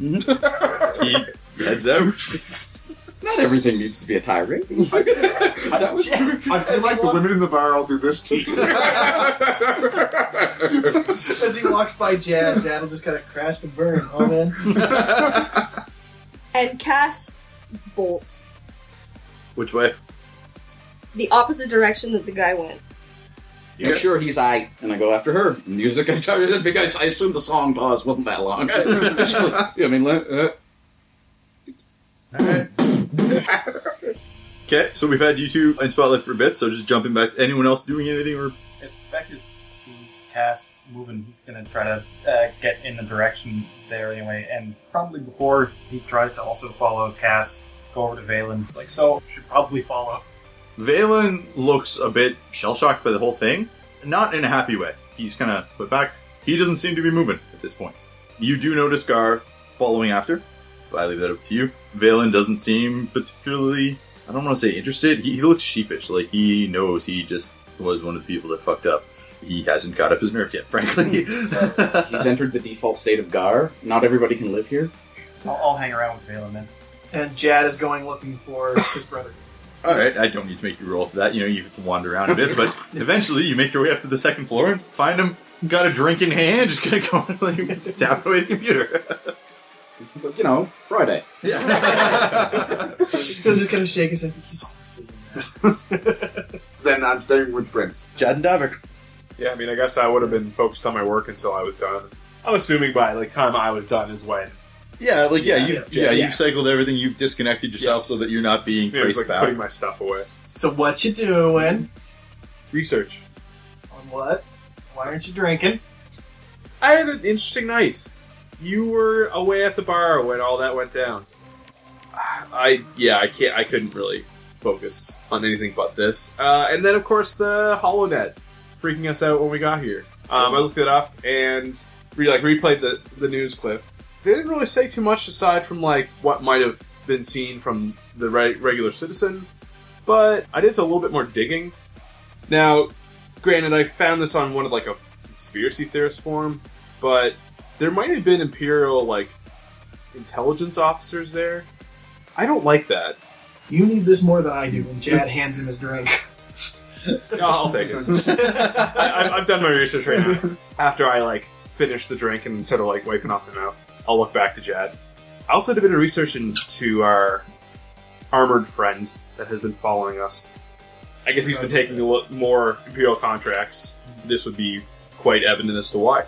S2: he heads out.
S4: Not everything needs to be a tirade. that was
S6: I feel like the women in the bar all do this too.
S7: As he walks by Jad, Jad will just kind of crash and burn. Oh man.
S3: And Cass bolts
S2: Which way?
S3: the opposite direction that the guy went.
S4: Yeah, sure, he's I. And I go after her. Music, I tell you, because I assume the song pause wasn't that long. yeah, I mean, let- uh,
S2: Okay, so we've had you two in spotlight for a bit, so just jumping back to anyone else doing anything or
S8: If Beck is, sees Cass moving, he's going to try to uh, get in the direction there anyway. And probably before he tries to also follow Cass, go over to Valen. It's like, so, should probably follow.
S2: Valen looks a bit shell shocked by the whole thing, not in a happy way. He's kind of put back. He doesn't seem to be moving at this point. You do notice Gar following after, but I leave that up to you. Valen doesn't seem particularly, I don't want to say interested. He, he looks sheepish, like he knows he just was one of the people that fucked up. He hasn't got up his nerve yet, frankly.
S4: He's entered the default state of Gar. Not everybody can live here.
S8: I'll, I'll hang around with Valen then.
S7: And Jad is going looking for his brother.
S2: All right, I don't need to make you roll for that. You know, you can wander around a bit, but eventually you make your way up to the second floor and find him. Got a drink in hand, just gonna go and like, tap away the computer.
S4: So, you know, Friday.
S7: He's just gonna shake his head. He's always doing that.
S6: Then I'm staying with friends.
S2: Jad and Davik.
S5: Yeah, I mean, I guess I would have been focused on my work until I was done. I'm assuming by like time I was done is when
S2: Yeah, like yeah, you've
S5: yeah,
S2: yeah,
S5: yeah.
S2: you've cycled everything. You've disconnected yourself so that you're not being
S5: it was
S2: traced
S5: like
S2: back.
S5: putting my stuff away.
S7: So what you doing?
S5: Research.
S7: On what? Why aren't you drinking?
S5: I had an interesting night. You were away at the bar when all that went down. I yeah, I can't. I couldn't really focus on anything but this. Uh, and then of course the Holonet freaking us out when we got here. Um, I looked it up and re- like replayed the the news clip. They didn't really say too much aside from like what might have been seen from the re- regular citizen. But I did a little bit more digging. Now, granted, I found this on one of like a conspiracy theorist form, but there might have been imperial like intelligence officers there. I don't like that.
S7: You need this more than I do. And Jad hands him his drink.
S5: No, I'll take it. I, I've, I've done my research right now. After I like finish the drink and sort of like wiping off my mouth, I'll look back to Jad. I also did a bit of research into our armored friend that has been following us. I guess he's been taking a look more imperial contracts. This would be quite evident as to why.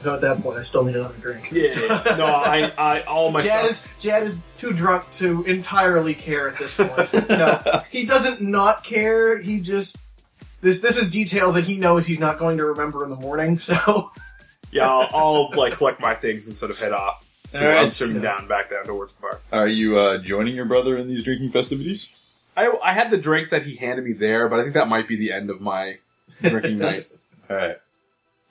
S7: So at that point, I still need another drink.
S5: Yeah. No, I, I all my
S7: Jad
S5: stuff.
S7: is Jad is too drunk to entirely care at this point. no, he doesn't not care. He just this this is detail that he knows he's not going to remember in the morning. So
S5: Yeah, I'll, I'll like collect my things and sort of head off.
S2: All
S5: I'll
S2: right,
S5: swim
S2: so-
S5: down back down towards the bar.
S2: Are you uh, joining your brother in these drinking festivities?
S5: I, I had the drink that he handed me there, but I think that might be the end of my drinking night.
S2: All right.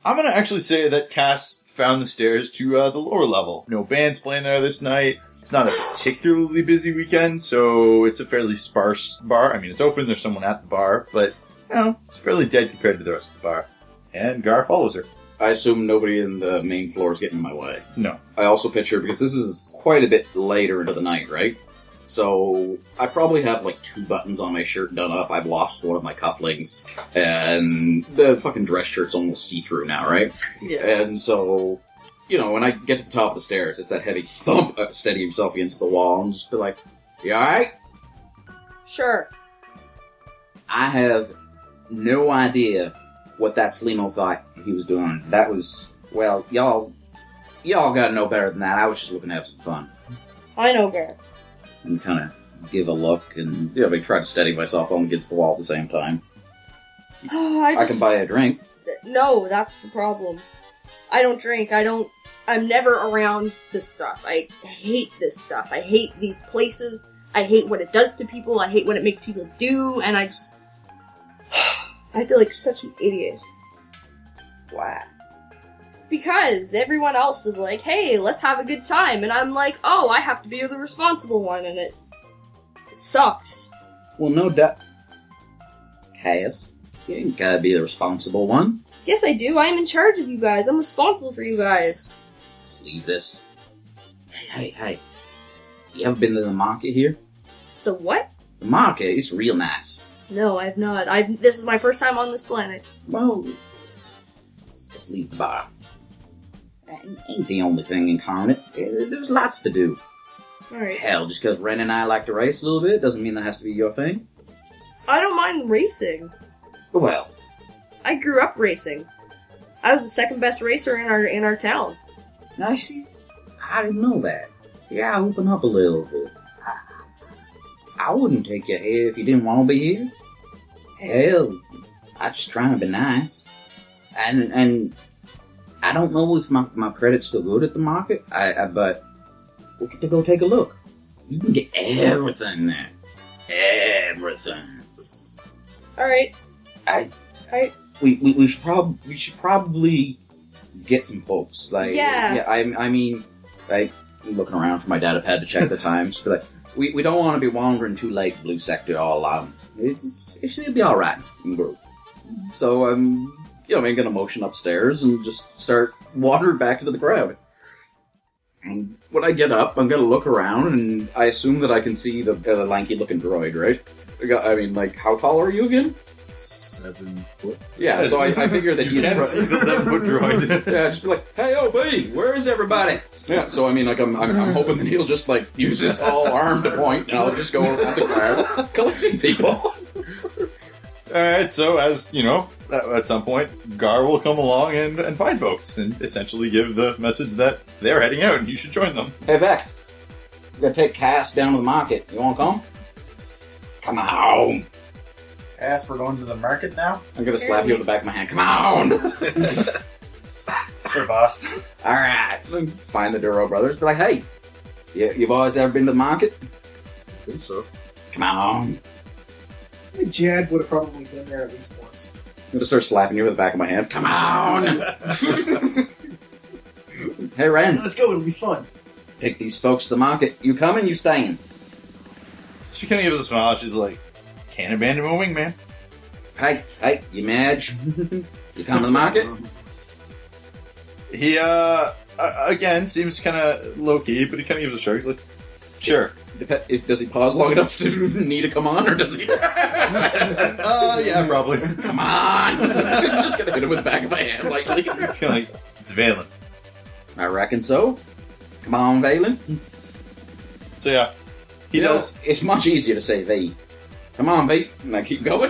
S2: I'm gonna actually say that Cass found the stairs to uh, the lower level. No bands playing there this night. It's not a particularly busy weekend, so it's a fairly sparse bar. I mean, it's open. There's someone at the bar, but you know, it's fairly dead compared to the rest of the bar. And Gar follows her.
S4: I assume nobody in the main floor is getting in my way.
S2: No.
S4: I also picture because this is quite a bit later into the night, right? So I probably have like two buttons on my shirt done up. I've lost one of my cufflinks, and the fucking dress shirt's almost see through now, right? And so, you know, when I get to the top of the stairs, it's that heavy thump uh, steady himself against the wall, and just be like, "You all right?"
S3: Sure.
S4: I have no idea what that Slimo thought he was doing. That was well, y'all, y'all gotta know better than that. I was just looking to have some fun.
S3: I know, Gar.
S4: and kind of give a look and you know, like try to steady myself on against the wall at the same time.
S3: I
S4: I
S3: just
S4: can buy a drink.
S3: no, that's the problem. I don't drink. I don't. I'm never around this stuff. I hate this stuff. I hate these places. I hate what it does to people. I hate what it makes people do, and I just. I feel like such an idiot. Why? Because everyone else is like, hey, let's have a good time, and I'm like, oh, I have to be the responsible one, and it. It sucks.
S4: Well, no doubt. Caius, you ain't gotta be the responsible one.
S3: Yes, I do. I'm in charge of you guys. I'm responsible for you guys.
S4: Just leave this. Hey, hey, hey. You ever been to the market here?
S3: The what?
S4: The market is real nice.
S3: No, I've not. I have this is my first time on this planet.
S4: Well, just just leave the bar. That ain't- ain't the only thing incarnate. Eh, There's lots to do.
S3: All right.
S4: Hell, just because Ren and I like to race a little bit doesn't mean that has to be your thing.
S3: I don't mind racing.
S4: Well,
S3: I grew up racing. I was the second best racer in our in our town.
S4: I see. I didn't know that. Yeah, open up a little bit. I, I wouldn't take your hair if you didn't want to be here. Hell, I just trying to be nice. and and I don't know if my, my credit's still good at the market, I, I but we get to go take a look. You can get everything there, everything.
S3: All right.
S4: I
S3: I-
S4: we we, we should probably we should probably get some folks. Like
S3: Yeah.
S4: I I mean like looking around for my data pad to check the times. But like we, we don't want to be wandering too late blue sector all um it's, it's it should be all right in group. So um, I'm you know making a motion upstairs and just start wandering back into the crowd. And when I get up, I'm gonna look around and I assume that I can see the, uh, the lanky looking droid, right? I got- I mean, like, how tall are you again?
S6: Seven foot.
S4: Yeah, so I, I figure that he's pro- yeah, just be like, hey, OB, where is everybody? Yeah, so I mean, like, I'm, I'm, I'm hoping that he'll just like use his tall arm to point, and I'll just go around the crowd collecting people.
S2: All right, so as you know, at, at some point, Gar will come along and, and find folks and essentially give the message that they're heading out and you should join them.
S4: Hey, Vec, we're gonna take Cass down to the market. You want to come? Come on!
S8: Ass, we're going to the market now?
S4: I'm gonna slap you on the back of my hand. Come on!
S8: Sure, boss.
S4: All right, find the Duro brothers. Be like, hey, you, you boys ever been to the market?
S6: I think so.
S4: Come on!
S7: Jad would have probably been there at least once.
S4: I'm gonna start slapping you with the back of my hand. Come on! hey, Ren.
S7: Let's go. It'll be fun.
S4: Take these folks to the market. You coming? You staying?
S2: She kind of gives a smile. She's like, "Can't abandon my wingman."
S4: Hey, hey, you Madge? you coming to the market?
S2: He uh uh, again seems kind of low key, but he kind of gives a shrug. He's like, "Sure."
S4: Dep- if- does he pause long enough to need to come on, or does he?
S2: Uh, yeah, probably.
S4: come on! Just gonna hit him with the back of my hand, likely.
S2: It's kind of like it's Valen.
S4: I reckon so. Come on, Valen.
S2: So yeah, he
S4: You know,
S2: does.
S4: It's much easier to say V. Come on, V. And I keep going.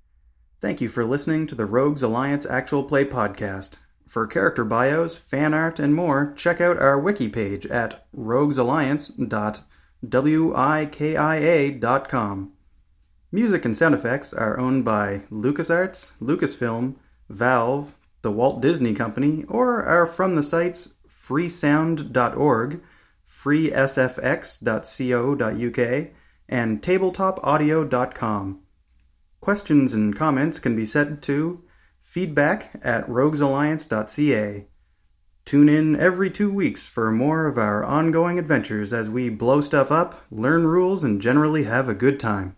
S1: Thank you for listening to the Rogues Alliance Actual Play Podcast. For character bios, fan art, and more, check out our wiki page at roguesalliance.wikia.com. Music and sound effects are owned by LucasArts, Lucasfilm, Valve, the Walt Disney Company, or are from the sites freesound.org, freesfx.co.uk, and tabletopaudio.com. Questions and comments can be sent to feedback at roguesalliance.ca. Tune in every two weeks for more of our ongoing adventures as we blow stuff up, learn rules, and generally have a good time.